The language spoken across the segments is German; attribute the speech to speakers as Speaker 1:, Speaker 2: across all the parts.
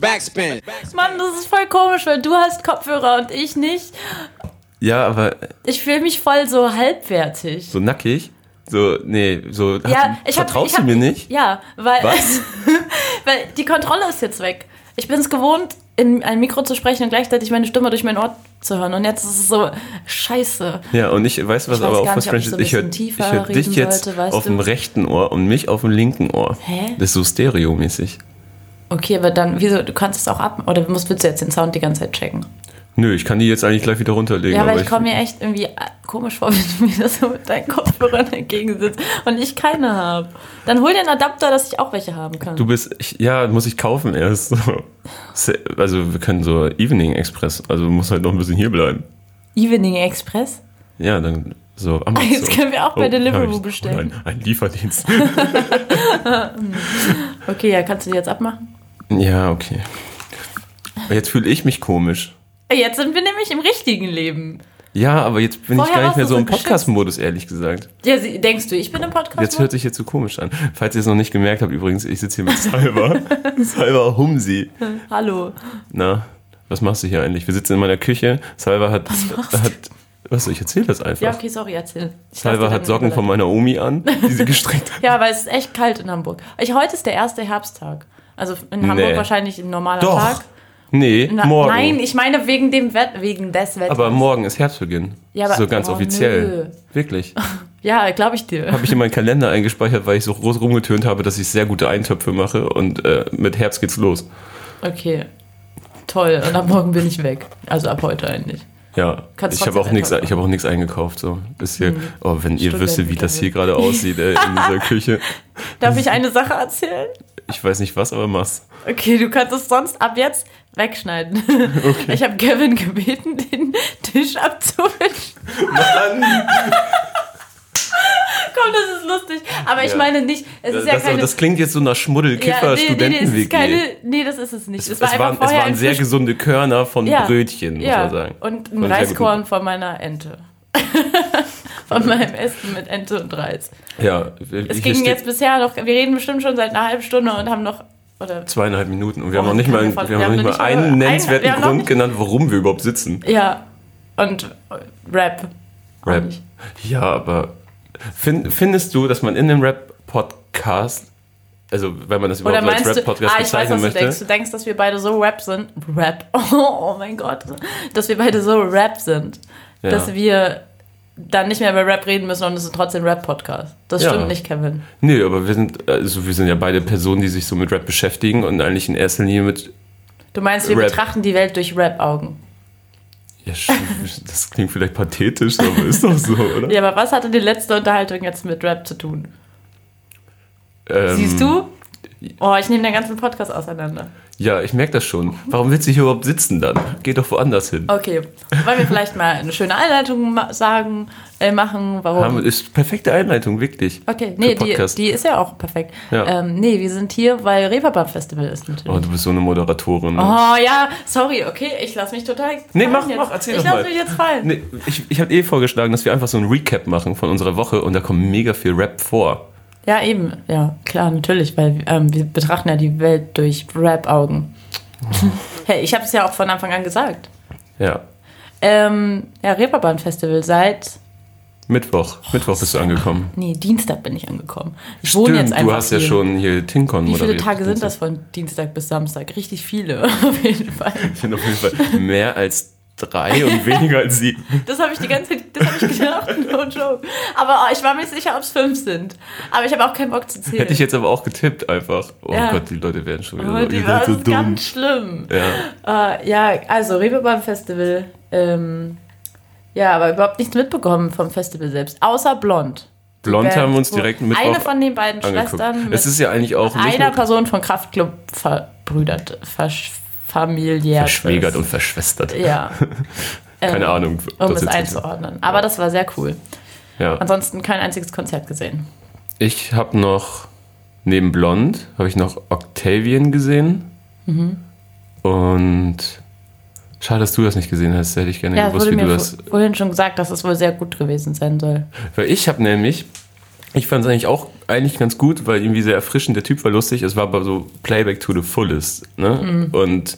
Speaker 1: Backspin.
Speaker 2: Mann, das ist voll komisch, weil du hast Kopfhörer und ich nicht.
Speaker 3: Ja, aber
Speaker 2: Ich fühle mich voll so halbwertig.
Speaker 3: so nackig. So, nee, so.
Speaker 2: ja,
Speaker 3: hast du,
Speaker 2: ich hab,
Speaker 3: vertraust
Speaker 2: ich hab,
Speaker 3: du mir nicht?
Speaker 2: Ja, weil,
Speaker 3: Was?
Speaker 2: weil die Kontrolle ist jetzt weg. Ich bin es gewohnt, in ein Mikro zu sprechen und gleichzeitig meine Stimme durch mein Ohr zu hören. Und jetzt ist es so scheiße.
Speaker 3: Ja, und ich weiß was,
Speaker 2: Ich weiß
Speaker 3: aber
Speaker 2: gar
Speaker 3: auch was
Speaker 2: nicht, ob ich so
Speaker 3: Strange ist.
Speaker 2: ein
Speaker 3: Ich höre
Speaker 2: bisschen tiefer
Speaker 3: hör
Speaker 2: reden
Speaker 3: dich jetzt
Speaker 2: sollte, weißt
Speaker 3: auf
Speaker 2: du?
Speaker 3: dem rechten Ohr und mich auf dem linken Ohr.
Speaker 2: Hä?
Speaker 3: Das ist so stereomäßig.
Speaker 2: Okay, aber dann, wieso, du kannst es auch ab. Oder musst, willst du jetzt den Sound die ganze Zeit checken?
Speaker 3: Nö, ich kann die jetzt eigentlich gleich wieder runterlegen.
Speaker 2: Ja, aber
Speaker 3: aber
Speaker 2: ich komme mir echt irgendwie äh, komisch vor, wenn du mir das so mit deinen Kopfhörern entgegensitzt und ich keine habe. Dann hol dir einen Adapter, dass ich auch welche haben kann.
Speaker 3: Du bist, ich, ja, muss ich kaufen erst. Se- Also wir können so Evening Express, also du musst halt noch ein bisschen hier bleiben.
Speaker 2: Evening Express?
Speaker 3: Ja, dann so Amazon.
Speaker 2: Jetzt können wir auch bei Deliveroo
Speaker 3: hab ich-
Speaker 2: bestellen.
Speaker 3: Nein, ein Lieferdienst.
Speaker 2: Okay, ja, kannst du die jetzt abmachen?
Speaker 3: ja, okay. Aber Jetzt fühle ich mich komisch.
Speaker 2: Ey, Jetzt sind wir nämlich im richtigen Leben.
Speaker 3: Ja, aber jetzt bin
Speaker 2: Vorher
Speaker 3: ich gar
Speaker 2: warst
Speaker 3: nicht mehr
Speaker 2: du
Speaker 3: so
Speaker 2: so
Speaker 3: im Podcast-Modus, ehrlich gesagt.
Speaker 2: Ja, sie, denkst du, ich bin im Podcast?
Speaker 3: Jetzt hört sich jetzt so komisch an. Falls ihr es noch nicht gemerkt habt, übrigens, ich sitze hier mit Salva. Salva Humsi.
Speaker 2: Hallo.
Speaker 3: Na, was machst du hier eigentlich? Wir sitzen in meiner Küche. Salva hat. Was, hat, was ich erzähle das einfach.
Speaker 2: Ja, okay, sorry, erzähl. Ich lass dir
Speaker 3: Salva
Speaker 2: dann
Speaker 3: hat Socken von
Speaker 2: überleiten.
Speaker 3: meiner Omi an, die sie gestrickt hat.
Speaker 2: Ja, weil es ist echt kalt in Hamburg. Ich, heute ist der erste Herbsttag. Also in Hamburg
Speaker 3: Nee.
Speaker 2: wahrscheinlich ein normaler Tag.
Speaker 3: Nee,
Speaker 2: Na,
Speaker 3: morgen.
Speaker 2: Nein, ich meine wegen dem Wett wegen des Wetters.
Speaker 3: aber morgen ist Herbstbeginn.
Speaker 2: Ja, aber-
Speaker 3: so ganz
Speaker 2: oh,
Speaker 3: offiziell. Wirklich.
Speaker 2: Ja, glaube ich dir.
Speaker 3: Habe ich in meinen Kalender eingespeichert, weil ich so groß rumgetönt habe, dass ich sehr gute Eintöpfe mache und äh, mit Herbst geht's los.
Speaker 2: Okay. Toll, und ab morgen bin ich weg. Also ab heute eigentlich.
Speaker 3: Ja,
Speaker 2: Kannst
Speaker 3: ich habe
Speaker 2: trotzdem Mhm.
Speaker 3: auch nichts,
Speaker 2: Eintöpfe
Speaker 3: ich habe auch nichts eingekauft so. Das hier, oh, wenn ihr
Speaker 2: Student-
Speaker 3: wüsstet, wie das hier gerade aussieht ey, in dieser Küche.
Speaker 2: Darf ich eine Sache erzählen?
Speaker 3: Ich weiß nicht was, aber mach's.
Speaker 2: Okay, du kannst es sonst ab jetzt wegschneiden. Ich habe Kevin gebeten, den Tisch abzuwischen.
Speaker 3: Mann,
Speaker 2: Komm, das ist lustig. Aber ich
Speaker 3: Ja.
Speaker 2: meine nicht, es
Speaker 3: das,
Speaker 2: ist ja
Speaker 3: das,
Speaker 2: keine...
Speaker 3: das klingt jetzt so nach
Speaker 2: ja, nee, nee, nee, es ist
Speaker 3: Schmuddel-Kiffer-Studenten-WG.
Speaker 2: keine, nee, das ist es nicht.
Speaker 3: es,
Speaker 2: Es,
Speaker 3: es,
Speaker 2: war einfach
Speaker 3: waren, es
Speaker 2: vorher
Speaker 3: waren
Speaker 2: ein
Speaker 3: sehr
Speaker 2: Fisch-
Speaker 3: gesunde Körner von
Speaker 2: Ja.
Speaker 3: Brötchen, muss
Speaker 2: ja.
Speaker 3: man sagen.
Speaker 2: Und
Speaker 3: Von
Speaker 2: ein
Speaker 3: sehr
Speaker 2: Reiskorn von meiner Ente. von meinem Essen mit Ente und Reis.
Speaker 3: guten- Ja,
Speaker 2: Es
Speaker 3: ich
Speaker 2: ging jetzt bisher noch, wir reden bestimmt schon seit einer halben Stunde und haben noch, oder
Speaker 3: zweieinhalb Minuten und wir
Speaker 2: Oh,
Speaker 3: haben noch nicht
Speaker 2: kann
Speaker 3: mal,
Speaker 2: mir
Speaker 3: wir
Speaker 2: voll-
Speaker 3: haben noch nicht mal einen
Speaker 2: ein- wir
Speaker 3: nennenswerten
Speaker 2: haben noch
Speaker 3: Grund
Speaker 2: nicht-
Speaker 3: genannt, warum wir überhaupt sitzen.
Speaker 2: Ja. Und Rap. Auch
Speaker 3: Rap.
Speaker 2: nicht.
Speaker 3: Ja, aber find, findest du, dass man in einem Rap-Podcast, also wenn man das
Speaker 2: Oder
Speaker 3: überhaupt als
Speaker 2: meinst du,
Speaker 3: Rap-Podcast
Speaker 2: ah, ich weiß,
Speaker 3: bezeichnen
Speaker 2: was du denkst.
Speaker 3: möchte?
Speaker 2: Du denkst, dass wir beide so Rap sind. Rap. Oh, mein Gott. Dass wir beide so Rap sind.
Speaker 3: Ja.
Speaker 2: Dass wir dann nicht mehr über Rap reden müssen und es ist trotzdem Rap-Podcast. Das
Speaker 3: Ja.
Speaker 2: stimmt nicht, Kevin.
Speaker 3: Nö, aber wir sind, also wir sind ja beide Personen, die sich so mit Rap beschäftigen und eigentlich in erster Linie mit.
Speaker 2: Du meinst, wir
Speaker 3: Rap.
Speaker 2: betrachten die Welt durch Rap-Augen.
Speaker 3: Ja, sch- das klingt vielleicht pathetisch, aber ist doch so, oder?
Speaker 2: Ja, aber was hatte die letzte Unterhaltung jetzt mit Rap zu tun?
Speaker 3: Ähm,
Speaker 2: Siehst du? Oh, ich nehme den ganzen Podcast auseinander.
Speaker 3: Ja, ich merke das schon. Warum willst du hier überhaupt sitzen dann? Geh doch woanders hin.
Speaker 2: Okay, wollen wir vielleicht mal eine schöne Einleitung ma- sagen, äh, machen, warum?
Speaker 3: Haben, ist perfekte Einleitung, wirklich.
Speaker 2: Okay,
Speaker 3: Für
Speaker 2: nee, die,
Speaker 3: Podcast.
Speaker 2: die ist ja auch perfekt.
Speaker 3: Ja.
Speaker 2: Ähm, nee, wir sind hier, weil Reeperbahn Festival ist natürlich.
Speaker 3: Oh, du bist so eine Moderatorin. ne?
Speaker 2: Oh ja, sorry, okay, ich lass mich total.
Speaker 3: Nee,
Speaker 2: fallen
Speaker 3: mach,
Speaker 2: jetzt.
Speaker 3: mach, erzähl
Speaker 2: Ich
Speaker 3: doch
Speaker 2: lass
Speaker 3: mal.
Speaker 2: mich jetzt fallen.
Speaker 3: Nee, ich ich habe eh vorgeschlagen, dass wir einfach so ein Recap machen von unserer Woche und da kommt mega viel Rap vor.
Speaker 2: Ja, eben, ja, klar, natürlich, weil ähm, wir betrachten ja die Welt durch Rap-Augen. hey, ich habe es ja auch von Anfang an gesagt.
Speaker 3: Ja.
Speaker 2: Ähm, ja, Reeperbahn Festival seit.
Speaker 3: Mittwoch.
Speaker 2: Oh,
Speaker 3: Mittwoch bist du angekommen.
Speaker 2: Nee, Dienstag bin ich angekommen. Ich wohne jetzt einfach
Speaker 3: du hast ja
Speaker 2: hier.
Speaker 3: schon hier Tinkon
Speaker 2: Wie viele
Speaker 3: moderiert.
Speaker 2: Tage sind das von Dienstag bis Samstag? Richtig viele, auf jeden Fall.
Speaker 3: sind auf jeden Fall mehr als drei und weniger als sieben.
Speaker 2: Das habe ich die ganze Zeit, das habe ich gedacht, no joke. Aber oh, ich war mir nicht sicher, ob es fünf sind. Aber ich habe auch keinen Bock zu zählen.
Speaker 3: Hätte ich jetzt aber auch getippt einfach. Oh
Speaker 2: Ja.
Speaker 3: Gott, die Leute werden schon wieder
Speaker 2: oh,
Speaker 3: so,
Speaker 2: die
Speaker 3: ihr
Speaker 2: war
Speaker 3: seid so
Speaker 2: das ist
Speaker 3: dumm.
Speaker 2: ganz schlimm.
Speaker 3: Ja.
Speaker 2: Äh, ja, also Reeperbahn Festival. Ähm, ja, aber überhaupt nichts mitbekommen vom Festival selbst. Außer Blond. Die
Speaker 3: Blond haben wir uns
Speaker 2: wo
Speaker 3: direkt mit
Speaker 2: Eine
Speaker 3: drauf
Speaker 2: von den beiden
Speaker 3: angeguckt.
Speaker 2: Schwestern mit
Speaker 3: Es ist ja eigentlich auch nicht
Speaker 2: einer
Speaker 3: nur
Speaker 2: Person von Kraftclub verbrüdert, versch- familiär.
Speaker 3: verschwägert und verschwestert.
Speaker 2: Ja,
Speaker 3: Keine Ahnung.
Speaker 2: um
Speaker 3: das
Speaker 2: es
Speaker 3: jetzt-
Speaker 2: einzuordnen. Aber das war sehr cool.
Speaker 3: Ja.
Speaker 2: Ansonsten kein einziges Konzert gesehen.
Speaker 3: Ich habe noch neben Blond habe ich noch Octavian gesehen.
Speaker 2: Mhm.
Speaker 3: Und schade, dass du das nicht gesehen hast. Hätte ich gerne
Speaker 2: Ja, es
Speaker 3: gewusst,
Speaker 2: wurde
Speaker 3: wie
Speaker 2: mir
Speaker 3: du das.
Speaker 2: vor- vorhin schon gesagt, dass es wohl sehr gut gewesen sein soll.
Speaker 3: Weil ich habe nämlich Ich fand es eigentlich auch eigentlich ganz gut, weil irgendwie sehr erfrischend. Der Typ war lustig. Es war aber so Playback to the fullest.
Speaker 2: Mhm.
Speaker 3: Ne? Und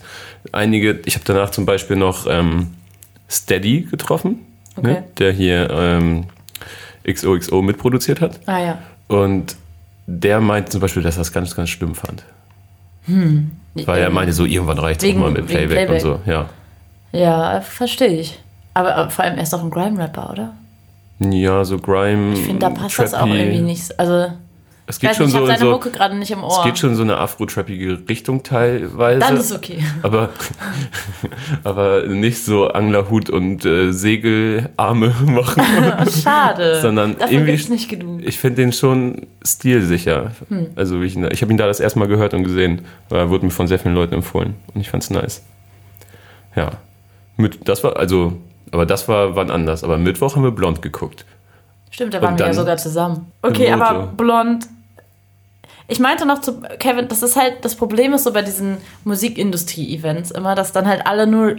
Speaker 3: einige, ich habe danach zum Beispiel noch ähm, Steady getroffen,
Speaker 2: Okay.
Speaker 3: ne? der hier ähm, XOXO mitproduziert hat.
Speaker 2: Ah ja.
Speaker 3: Und der meinte zum Beispiel, dass er es ganz, ganz schlimm fand. Weil er meinte so, irgendwann reicht es auch
Speaker 2: Mhm. Wegen-
Speaker 3: mal mit
Speaker 2: wegen
Speaker 3: Playback, und so.
Speaker 2: Playback.
Speaker 3: Ja.
Speaker 2: Ja, verstehe ich. Aber, aber vor allem, er ist doch ein Grime-Rapper, oder?
Speaker 3: Ja, so Grime.
Speaker 2: Ich finde, da passt das auch irgendwie nicht. Also,
Speaker 3: Es
Speaker 2: ich
Speaker 3: Mm, geht
Speaker 2: weiß
Speaker 3: schon
Speaker 2: nicht, ich
Speaker 3: so,
Speaker 2: habe
Speaker 3: in
Speaker 2: seine
Speaker 3: so
Speaker 2: Mucke gerade nicht im
Speaker 3: es
Speaker 2: Ohr.
Speaker 3: geht schon in so eine Afro-trappige Richtung teilweise.
Speaker 2: Dann ist okay.
Speaker 3: aber, aber nicht so Anglerhut und äh, Segelarme machen.
Speaker 2: Schade.
Speaker 3: Sondern
Speaker 2: Dafür
Speaker 3: irgendwie-
Speaker 2: gibt's nicht genug.
Speaker 3: Ich finde den schon stilsicher.
Speaker 2: Hm.
Speaker 3: Also wie ich, ihn da- ich habe ihn da das erste Mal gehört und gesehen. Weil er wurde mir von sehr vielen Leuten empfohlen. Und ich fand's nice. Ja. Mit, das war, also, aber das war wann anders. Aber Mittwoch haben wir blond geguckt.
Speaker 2: Stimmt, da
Speaker 3: Und
Speaker 2: waren wir ja
Speaker 3: dann-
Speaker 2: sogar zusammen. Okay,
Speaker 3: Note.
Speaker 2: aber blond. Ich meinte noch zu Kevin, das ist halt, das Problem ist so bei diesen Musikindustrie-Events immer, dass dann halt alle nur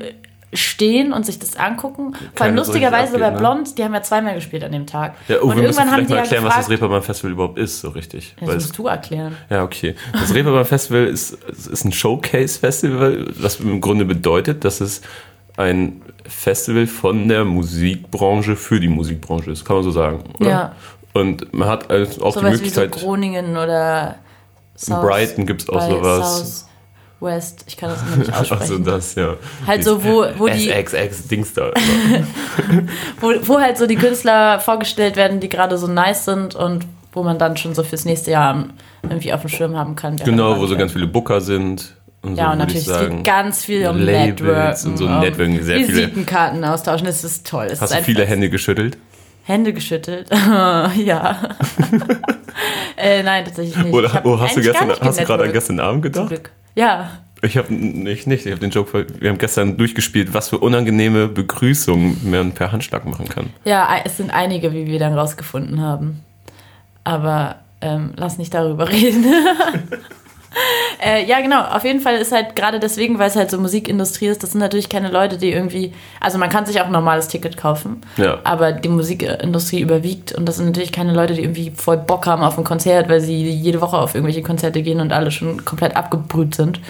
Speaker 2: stehen und sich das angucken. Vor allem
Speaker 3: Keiner so
Speaker 2: lustigerweise
Speaker 3: richtig
Speaker 2: bei
Speaker 3: abgeht, ne?
Speaker 2: Blond, die haben ja zweimal gespielt an dem Tag.
Speaker 3: Ja, oh,
Speaker 2: und
Speaker 3: wir müssen
Speaker 2: irgendwann haben
Speaker 3: vielleicht
Speaker 2: die
Speaker 3: mal
Speaker 2: ja
Speaker 3: erklären, was
Speaker 2: gefragt,
Speaker 3: das Reeperbahn Festival überhaupt ist, so richtig.
Speaker 2: das
Speaker 3: Weil es
Speaker 2: musst du erklären.
Speaker 3: Ja, okay. Das Reeperbahn Festival ist, es ist ein Showcase-Festival, was im Grunde bedeutet, dass es ein Festival von der Musikbranche für die Musikbranche ist, kann man so sagen. Oder?
Speaker 2: Ja.
Speaker 3: Und man hat als- auch
Speaker 2: Sowas
Speaker 3: die
Speaker 2: wie so
Speaker 3: Möglichkeit,
Speaker 2: Groningen oder
Speaker 3: in
Speaker 2: South,
Speaker 3: Brighton gibt es auch
Speaker 2: bei
Speaker 3: sowas.
Speaker 2: South West, ich kann das immer nicht aussprechen.
Speaker 3: Also das, ja.
Speaker 2: Halt so, wo- wo die-
Speaker 3: SXX-Dings da.
Speaker 2: wo, wo halt so die Künstler vorgestellt werden, die gerade so nice sind und wo man dann schon so fürs nächste Jahr irgendwie auf dem Schirm haben kann. wer
Speaker 3: genau,
Speaker 2: dann
Speaker 3: wo so
Speaker 2: wann
Speaker 3: ganz viele Booker sind. Und so,
Speaker 2: ja, und
Speaker 3: würde
Speaker 2: natürlich es
Speaker 3: ich sagen.
Speaker 2: geht ganz viel um
Speaker 3: Labels
Speaker 2: Networking.
Speaker 3: und so
Speaker 2: um
Speaker 3: Networking, sehr viele-
Speaker 2: Visitenkarten austauschen, das ist toll. Es
Speaker 3: Hast
Speaker 2: ist
Speaker 3: du viele
Speaker 2: einfach-
Speaker 3: Hände geschüttelt?
Speaker 2: Hände geschüttelt? ja. äh, nein, tatsächlich nicht.
Speaker 3: Oder
Speaker 2: Ich hab
Speaker 3: oh, hast, du
Speaker 2: eigentlich gar
Speaker 3: gestern,
Speaker 2: nicht
Speaker 3: hast du gerade an
Speaker 2: genetworked.
Speaker 3: gestern Abend gedacht?
Speaker 2: Zum Glück. Ja.
Speaker 3: Ich habe nicht, nicht. Ich habe den Joke. ver- Wir haben gestern durchgespielt, was für unangenehme Begrüßungen man per Handschlag machen kann.
Speaker 2: Ja, ei- es sind einige, wie wir dann rausgefunden haben. Aber ähm, lass nicht darüber reden. äh, ja, genau. Auf jeden Fall ist halt gerade deswegen, weil es halt so Musikindustrie ist, das sind natürlich keine Leute, die irgendwie. Also man kann sich auch ein normales Ticket kaufen,
Speaker 3: Ja.
Speaker 2: aber die Musikindustrie überwiegt und das sind natürlich keine Leute, die irgendwie voll Bock haben auf ein Konzert, weil sie jede Woche auf irgendwelche Konzerte gehen und alle schon komplett abgebrüht sind.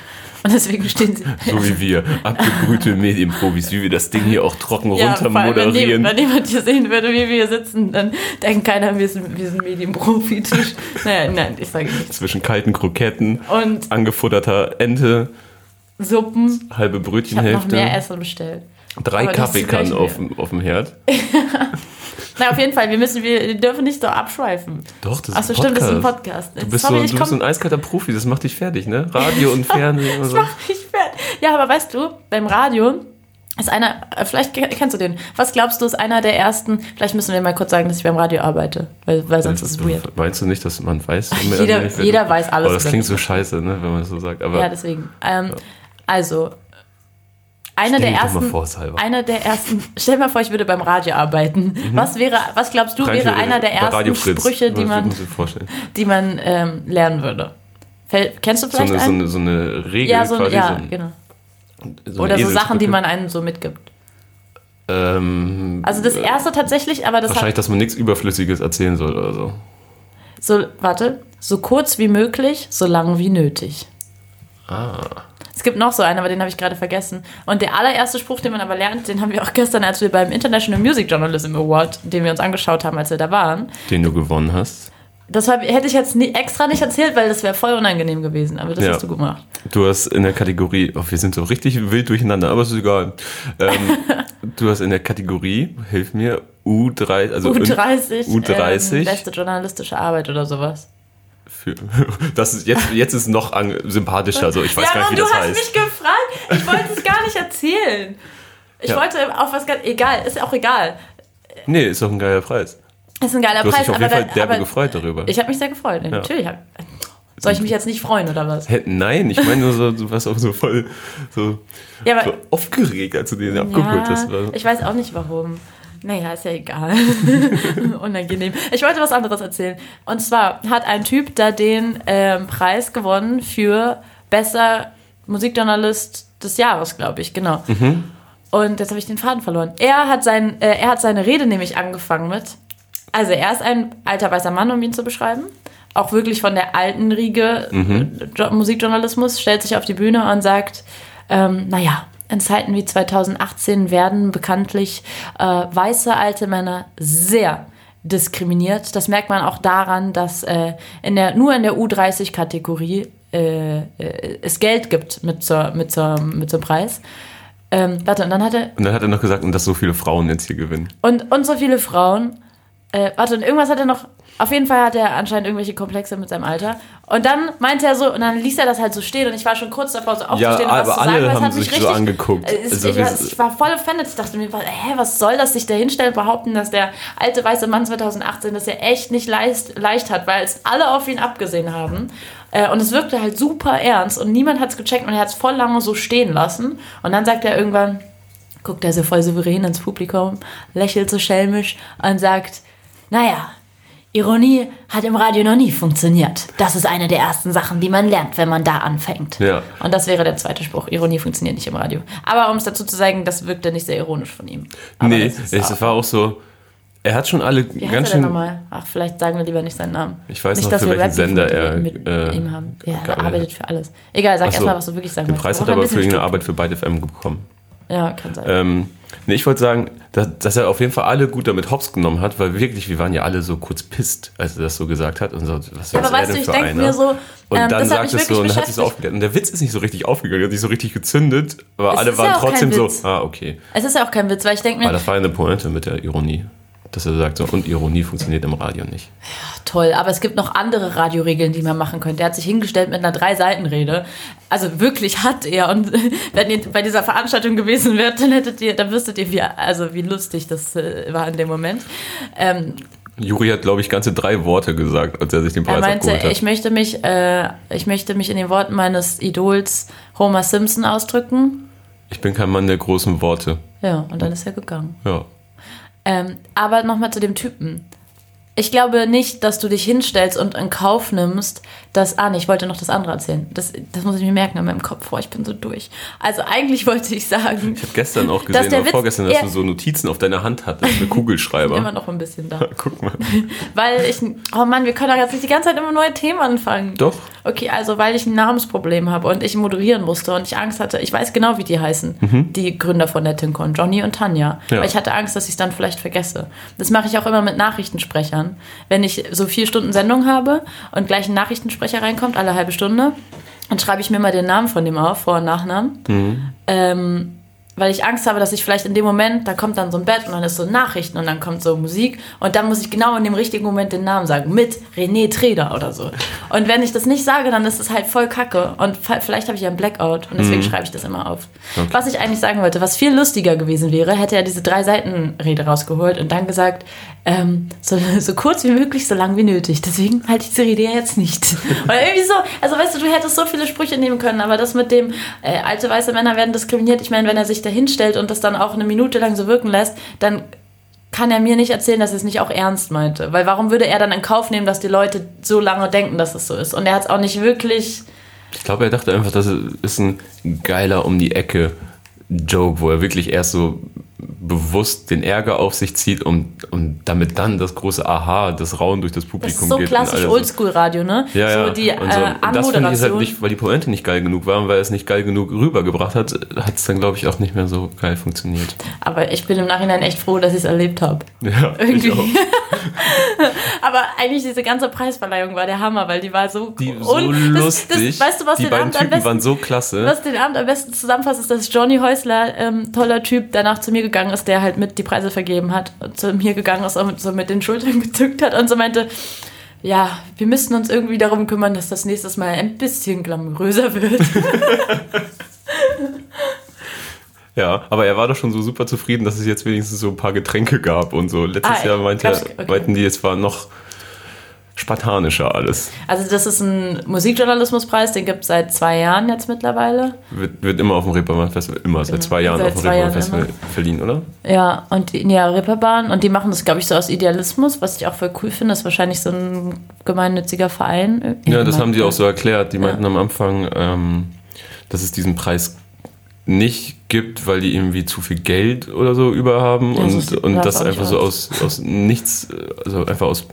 Speaker 2: Und deswegen stehen sie.
Speaker 3: So wie wir, abgebrühte Medienprobis, wie wir das Ding hier auch trocken runter
Speaker 2: vor allem, wenn, jemand,
Speaker 3: moderieren.
Speaker 2: wenn jemand hier sehen würde, wie wir hier sitzen, dann denkt keiner, wir sind, wir sind Medienprofi. naja, nein, ich sage nichts.
Speaker 3: Zwischen kalten Kroketten,
Speaker 2: Und
Speaker 3: angefutterter Ente,
Speaker 2: Suppen. Ich
Speaker 3: halbe
Speaker 2: habe noch mehr
Speaker 3: Brötchenhälfte,
Speaker 2: Essen bestellt.
Speaker 3: drei
Speaker 2: aber das ist
Speaker 3: Kaffeekannen
Speaker 2: gleich
Speaker 3: auf, dem- auf dem Herd.
Speaker 2: Na, auf jeden Fall, wir müssen, wir dürfen nicht so abschweifen.
Speaker 3: Doch, das ist
Speaker 2: Achso,
Speaker 3: ein
Speaker 2: stimmt, das ist ein
Speaker 3: Podcast.
Speaker 2: Podcast.
Speaker 3: Du bist,
Speaker 2: Sorry,
Speaker 3: so,
Speaker 2: ich
Speaker 3: du bist so
Speaker 2: komm,
Speaker 3: ein eiskalter Profi, das macht dich fertig, ne? Radio und Fernsehen und
Speaker 2: ich
Speaker 3: so.
Speaker 2: mach mich fertig. Ja, aber weißt du, beim Radio ist einer, äh, vielleicht ke- kennst du den. Was glaubst du, ist einer der ersten, vielleicht müssen wir mal kurz sagen, dass ich beim Radio arbeite, weil, weil
Speaker 3: Äh,
Speaker 2: sonst ist es weird.
Speaker 3: Meinst du nicht, dass man weiß? wer-
Speaker 2: Jeder,
Speaker 3: wer-
Speaker 2: jeder weiß alles.
Speaker 3: Aber das
Speaker 2: über
Speaker 3: klingt so scheiße, ne, wenn man das so sagt. Aber
Speaker 2: Ja, deswegen. Ähm, Also, einer
Speaker 3: Stell
Speaker 2: der
Speaker 3: dich doch mal
Speaker 2: ersten.
Speaker 3: vor, Salva. Mhm.
Speaker 2: Einer der ersten. Stell mal vor, ich würde beim Radio arbeiten. Was wäre, was glaubst du, wäre einer der
Speaker 3: bei Radio
Speaker 2: ersten
Speaker 3: Fritz.
Speaker 2: Sprüche, die
Speaker 3: Was
Speaker 2: man,
Speaker 3: muss ich mir vorstellen?
Speaker 2: die man ähm, lernen würde? Fäll- Kennst du
Speaker 3: So
Speaker 2: vielleicht
Speaker 3: eine, so,
Speaker 2: einen?
Speaker 3: eine, so eine Regel
Speaker 2: ja, so,
Speaker 3: quasi. so
Speaker 2: ja
Speaker 3: ein-
Speaker 2: genau.
Speaker 3: so eine
Speaker 2: Oder so Sachen, die
Speaker 3: Eselsbrücke.
Speaker 2: man einem so mitgibt.
Speaker 3: Ähm,
Speaker 2: Also das erste tatsächlich, aber das
Speaker 3: wahrscheinlich,
Speaker 2: hat
Speaker 3: dass man nichts Überflüssiges erzählen soll oder so.
Speaker 2: so, warte, so kurz wie möglich, so lang wie nötig.
Speaker 3: Ah.
Speaker 2: Es gibt noch so einen, aber den habe ich gerade vergessen. Und der allererste Spruch, den man aber lernt, den haben wir auch gestern, als wir beim International Music Journalism Award, den wir uns angeschaut haben, als wir da waren.
Speaker 3: Den du gewonnen hast.
Speaker 2: Das hab, hätte ich jetzt nie, extra nicht erzählt, weil das wäre voll unangenehm gewesen. Aber das
Speaker 3: Ja.
Speaker 2: hast du gemacht.
Speaker 3: Du hast in der Kategorie, oh, wir sind so richtig wild durcheinander, aber es ist egal. Ähm, du hast in der Kategorie, hilf mir, U3, also
Speaker 2: U30.
Speaker 3: U30.
Speaker 2: Ähm, beste journalistische Arbeit oder sowas.
Speaker 3: für, das ist jetzt, jetzt ist noch an, sympathischer, also ich weiß gar nicht, wie
Speaker 2: du
Speaker 3: das
Speaker 2: hast
Speaker 3: heißt.
Speaker 2: mich gefragt. Ich wollte es gar nicht erzählen. Ich
Speaker 3: Ja.
Speaker 2: wollte auf was ganz. Egal, ist auch egal.
Speaker 3: Nee, ist doch ein geiler Preis.
Speaker 2: Ist ein geiler
Speaker 3: Du hast
Speaker 2: Preis.
Speaker 3: dich auf
Speaker 2: aber
Speaker 3: jeden Fall
Speaker 2: da-
Speaker 3: derbe
Speaker 2: aber
Speaker 3: gefreut darüber.
Speaker 2: Ich habe mich sehr gefreut. Natürlich. hab- Soll ich mich jetzt nicht freuen oder was?
Speaker 3: Hä, Nein, ich meine nur so, du warst auch so voll so,
Speaker 2: Ja, aber
Speaker 3: so aufgeregt, als du den abgeholt hast. War-
Speaker 2: Ich weiß auch nicht warum. Naja, ist ja egal. Unangenehm. Ich wollte was anderes erzählen. Und zwar hat ein Typ da den ähm, Preis gewonnen für bester Musikjournalist des Jahres, glaube ich, genau. Und jetzt habe ich den Faden verloren. Er hat, sein, äh, er hat seine Rede nämlich angefangen mit. Also er ist ein alter weißer Mann, um ihn zu beschreiben. Auch wirklich von der alten Riege äh, Jo- Musikjournalismus, stellt sich auf die Bühne und sagt, ähm, naja, in Zeiten wie 2018 werden bekanntlich äh, weiße alte Männer sehr diskriminiert. Das merkt man auch daran, dass äh, in der, nur in der U30-Kategorie äh, äh, es Geld gibt mit zur, mit zur, mit zum Preis. Ähm, warte, und dann hat er,
Speaker 3: Und dann hat er noch gesagt, und dass so viele Frauen jetzt hier gewinnen.
Speaker 2: und, und so viele Frauen. Äh, warte, und irgendwas hat er noch. Auf jeden Fall hat er anscheinend irgendwelche Komplexe mit seinem Alter. Und dann meinte er so, und dann ließ er das halt so stehen. Und ich war schon kurz davor, so
Speaker 3: Ja,
Speaker 2: aufzustehen und was
Speaker 3: aber
Speaker 2: zu sagen.
Speaker 3: alle
Speaker 2: weil es
Speaker 3: haben
Speaker 2: hat mich
Speaker 3: sich so angeguckt.
Speaker 2: Äh, Es,
Speaker 3: Also
Speaker 2: ich,
Speaker 3: wir-
Speaker 2: war, ich war voll offended. Ich dachte mir, hä, was soll das sich da hinstellen, behaupten, dass der alte weiße Mann 2018 das ja echt nicht leicht, leicht hat, weil es alle auf ihn abgesehen haben. Äh, Und es wirkte halt super ernst und niemand hat es gecheckt und er hat es voll lange so stehen lassen. Und dann sagt er irgendwann, guckt er so voll souverän ins Publikum, lächelt so schelmisch und sagt, naja, Ironie hat im Radio noch nie funktioniert. Das ist eine der ersten Sachen, die man lernt, wenn man da anfängt.
Speaker 3: Ja.
Speaker 2: Und das wäre der zweite Spruch. Ironie funktioniert nicht im Radio. Aber um es dazu zu sagen, das wirkte nicht sehr ironisch von ihm. Aber
Speaker 3: nee,
Speaker 2: das ist auch-
Speaker 3: es war auch so. Er hat schon alle
Speaker 2: Wie heißt
Speaker 3: ganz
Speaker 2: er denn
Speaker 3: schön.
Speaker 2: nochmal? Ach, vielleicht sagen wir lieber nicht seinen Namen.
Speaker 3: Ich weiß
Speaker 2: nicht,
Speaker 3: noch,
Speaker 2: dass
Speaker 3: für
Speaker 2: wir
Speaker 3: welchen
Speaker 2: Rap-Beef
Speaker 3: Sender
Speaker 2: mit-
Speaker 3: er,
Speaker 2: mit
Speaker 3: äh,
Speaker 2: ihm haben. Ja, er
Speaker 3: gearbeitet
Speaker 2: arbeitet für alles. Egal, sag
Speaker 3: Ach so.
Speaker 2: erstmal, was du wirklich sagen
Speaker 3: Den
Speaker 2: möchtest.
Speaker 3: Preis hat
Speaker 2: Mach
Speaker 3: er
Speaker 2: ein
Speaker 3: aber für
Speaker 2: bisschen
Speaker 3: irgendeine
Speaker 2: Stück.
Speaker 3: Arbeit für Byte FM bekommen.
Speaker 2: Ja, kann sein.
Speaker 3: Ähm, nee, ich wollte sagen, dass, dass er auf jeden Fall alle gut damit hops genommen hat, weil wirklich, wir waren ja alle so kurz pisst, als er das so gesagt hat. Und so, was
Speaker 2: Aber
Speaker 3: ist er
Speaker 2: weißt du,
Speaker 3: denn
Speaker 2: ich
Speaker 3: für
Speaker 2: denke
Speaker 3: einer?
Speaker 2: mir so,
Speaker 3: Und
Speaker 2: ähm,
Speaker 3: dann
Speaker 2: das hat
Speaker 3: sagt
Speaker 2: mich
Speaker 3: es
Speaker 2: wirklich
Speaker 3: so und dann hat es
Speaker 2: beschäftigt.
Speaker 3: aufgeklärt. Und der Witz ist nicht so richtig aufgegangen, der hat nicht so richtig gezündet, aber
Speaker 2: Es
Speaker 3: alle
Speaker 2: ist ja
Speaker 3: waren
Speaker 2: auch kein
Speaker 3: trotzdem so,
Speaker 2: Witz.
Speaker 3: ah, okay.
Speaker 2: es ist ja auch kein Witz, weil ich denke mir,
Speaker 3: Aber das war eine Pointe mit der Ironie. Dass er sagt so, und Ironie funktioniert im Radio nicht.
Speaker 2: toll, aber es gibt noch andere Radioregeln, die man machen könnte. Er hat sich hingestellt mit einer Drei-Seiten-Rede. Also wirklich hat er. Und wenn ihr bei dieser Veranstaltung gewesen wärt, dann hättet ihr, dann wüsstet ihr, wie, also wie lustig das äh, war in dem Moment. Ähm,
Speaker 3: Juri hat, glaube ich, ganze drei Worte gesagt, als er sich den
Speaker 2: er
Speaker 3: Preis
Speaker 2: meinte,
Speaker 3: abgeholt hat.
Speaker 2: ich möchte mich, äh, ich möchte mich in den Worten meines Idols Homer Simpson ausdrücken.
Speaker 3: Ich bin kein Mann der großen Worte.
Speaker 2: Ja, und dann ist er gegangen.
Speaker 3: Ja.
Speaker 2: Ähm, aber nochmal zu dem Typen. Ich glaube nicht, dass du dich hinstellst und in Kauf nimmst, dass. Ah, nee, ich wollte noch das andere erzählen. Das, das muss ich mir merken in meinem Kopf. Boah, ich bin so durch. Also, eigentlich wollte ich sagen,
Speaker 3: Ich habe gestern auch
Speaker 2: Dass
Speaker 3: gesehen,
Speaker 2: der
Speaker 3: oder
Speaker 2: Witz-
Speaker 3: vorgestern, dass
Speaker 2: Ja.
Speaker 3: du so Notizen auf deiner Hand hattest, mit
Speaker 2: immer
Speaker 3: Kugelschreiber.
Speaker 2: noch ein bisschen da.
Speaker 3: Guck mal.
Speaker 2: Weil ich. Oh Mann, wir können doch jetzt nicht die ganze Zeit immer neue Themen anfangen.
Speaker 3: Doch.
Speaker 2: Okay, also, weil ich ein Namensproblem habe und ich moderieren musste und ich Angst hatte. Ich weiß genau, wie die heißen, die Gründer von der Tincon, Johnny und Tanja.
Speaker 3: Mhm. Ja.
Speaker 2: Weil ich hatte Angst, dass ich es dann vielleicht vergesse. Das mache ich auch immer mit Nachrichtensprechern. Wenn ich so vier Stunden Sendung habe und gleich ein Nachrichtensprecher reinkommt, alle halbe Stunde, dann schreibe ich mir mal den Namen von dem auf, Vor- und Nachnamen. Ähm, weil ich Angst habe, dass ich vielleicht in dem Moment, da kommt dann so ein Bett und dann ist so Nachrichten und dann kommt so Musik und dann muss ich genau in dem richtigen Moment den Namen sagen, mit René Treda oder so. Und wenn ich das nicht sage, dann ist es halt voll kacke und fa- vielleicht habe ich ja einen Blackout und deswegen schreibe ich das immer auf. Was ich eigentlich sagen wollte, was viel lustiger gewesen wäre, hätte er diese drei Seiten Rede rausgeholt und dann gesagt, ähm, so, so kurz wie möglich, so lang wie nötig. Deswegen halte ich diese Rede ja jetzt nicht. Oder irgendwie so, also weißt du, du hättest so viele Sprüche nehmen können, aber das mit dem äh, alte weiße Männer werden diskriminiert, ich meine, wenn er sich da hinstellt und das dann auch eine Minute lang so wirken lässt, dann kann er mir nicht erzählen, dass er es nicht auch ernst meinte. Weil warum würde er dann in Kauf nehmen, dass die Leute so lange denken, dass es so ist? Und er hat es auch nicht wirklich.
Speaker 3: Ich glaube, er dachte einfach, das ist ein geiler um die Ecke Joke, wo er wirklich erst so bewusst den Ärger auf sich zieht und, und damit dann das große Aha, das Rauen durch das
Speaker 2: Das
Speaker 3: Publikum
Speaker 2: ist so
Speaker 3: geht. und
Speaker 2: klassisch
Speaker 3: alle
Speaker 2: Oldschool-Radio, ne?
Speaker 3: Ja, ja.
Speaker 2: so die äh,
Speaker 3: und so. Und das finde ich ist halt
Speaker 2: Anmoderation.
Speaker 3: nicht, weil die Pointe nicht geil genug war und weil er es nicht geil genug rübergebracht hat, hat es dann, glaube ich, auch nicht mehr so geil funktioniert.
Speaker 2: aber ich bin im Nachhinein echt froh, dass ich es erlebt habe.
Speaker 3: Ja,
Speaker 2: Irgendwie.
Speaker 3: ich auch.
Speaker 2: Aber eigentlich diese ganze Preisverleihung war der Hammer, weil die war so
Speaker 3: Die
Speaker 2: cool.
Speaker 3: so
Speaker 2: Und das,
Speaker 3: lustig.
Speaker 2: das, weißt du, was
Speaker 3: die
Speaker 2: den
Speaker 3: beiden
Speaker 2: Abend am
Speaker 3: Typen
Speaker 2: besten
Speaker 3: waren so klasse.
Speaker 2: Was den Abend am besten zusammenfasst, ist, dass Johnny Häusler, ähm, toller Typ, danach zu mir gegangen ist, der halt mit die Preise vergeben hat, und zu mir gegangen ist und so mit den Schultern gezückt hat und so meinte, ja, wir müssen uns irgendwie darum kümmern, dass das nächstes Mal ein bisschen glamouröser wird.
Speaker 3: Ja, aber er war doch schon so super zufrieden, dass es jetzt wenigstens so ein paar Getränke gab und so. Letztes
Speaker 2: Ah,
Speaker 3: Jahr meinte,
Speaker 2: glaubst du- okay.
Speaker 3: meinten die, es war noch spartanischer alles.
Speaker 2: Also das ist ein Musikjournalismuspreis, den gibt es seit zwei Jahren jetzt mittlerweile.
Speaker 3: Wird, wird immer auf dem Reeperbahn-Festival, immer seit zwei Jahren
Speaker 2: Genau. Seit
Speaker 3: auf dem
Speaker 2: zwei Jahren
Speaker 3: Reeperbahn-Festival verliehen, oder?
Speaker 2: Ja, und die ja, Ripperbahn. Und die machen das, glaube ich, so aus Idealismus, was ich auch voll cool finde. Das ist wahrscheinlich so ein gemeinnütziger Verein.
Speaker 3: Ja, das haben die auch so erklärt. Die meinten am Anfang, ähm, dass es diesen Preis nicht gibt, weil die irgendwie zu viel Geld oder so über haben
Speaker 2: Ja, so
Speaker 3: und,
Speaker 2: sieht
Speaker 3: und
Speaker 2: das
Speaker 3: das
Speaker 2: auch
Speaker 3: einfach
Speaker 2: nicht
Speaker 3: so aus, aus nichts, also einfach aus.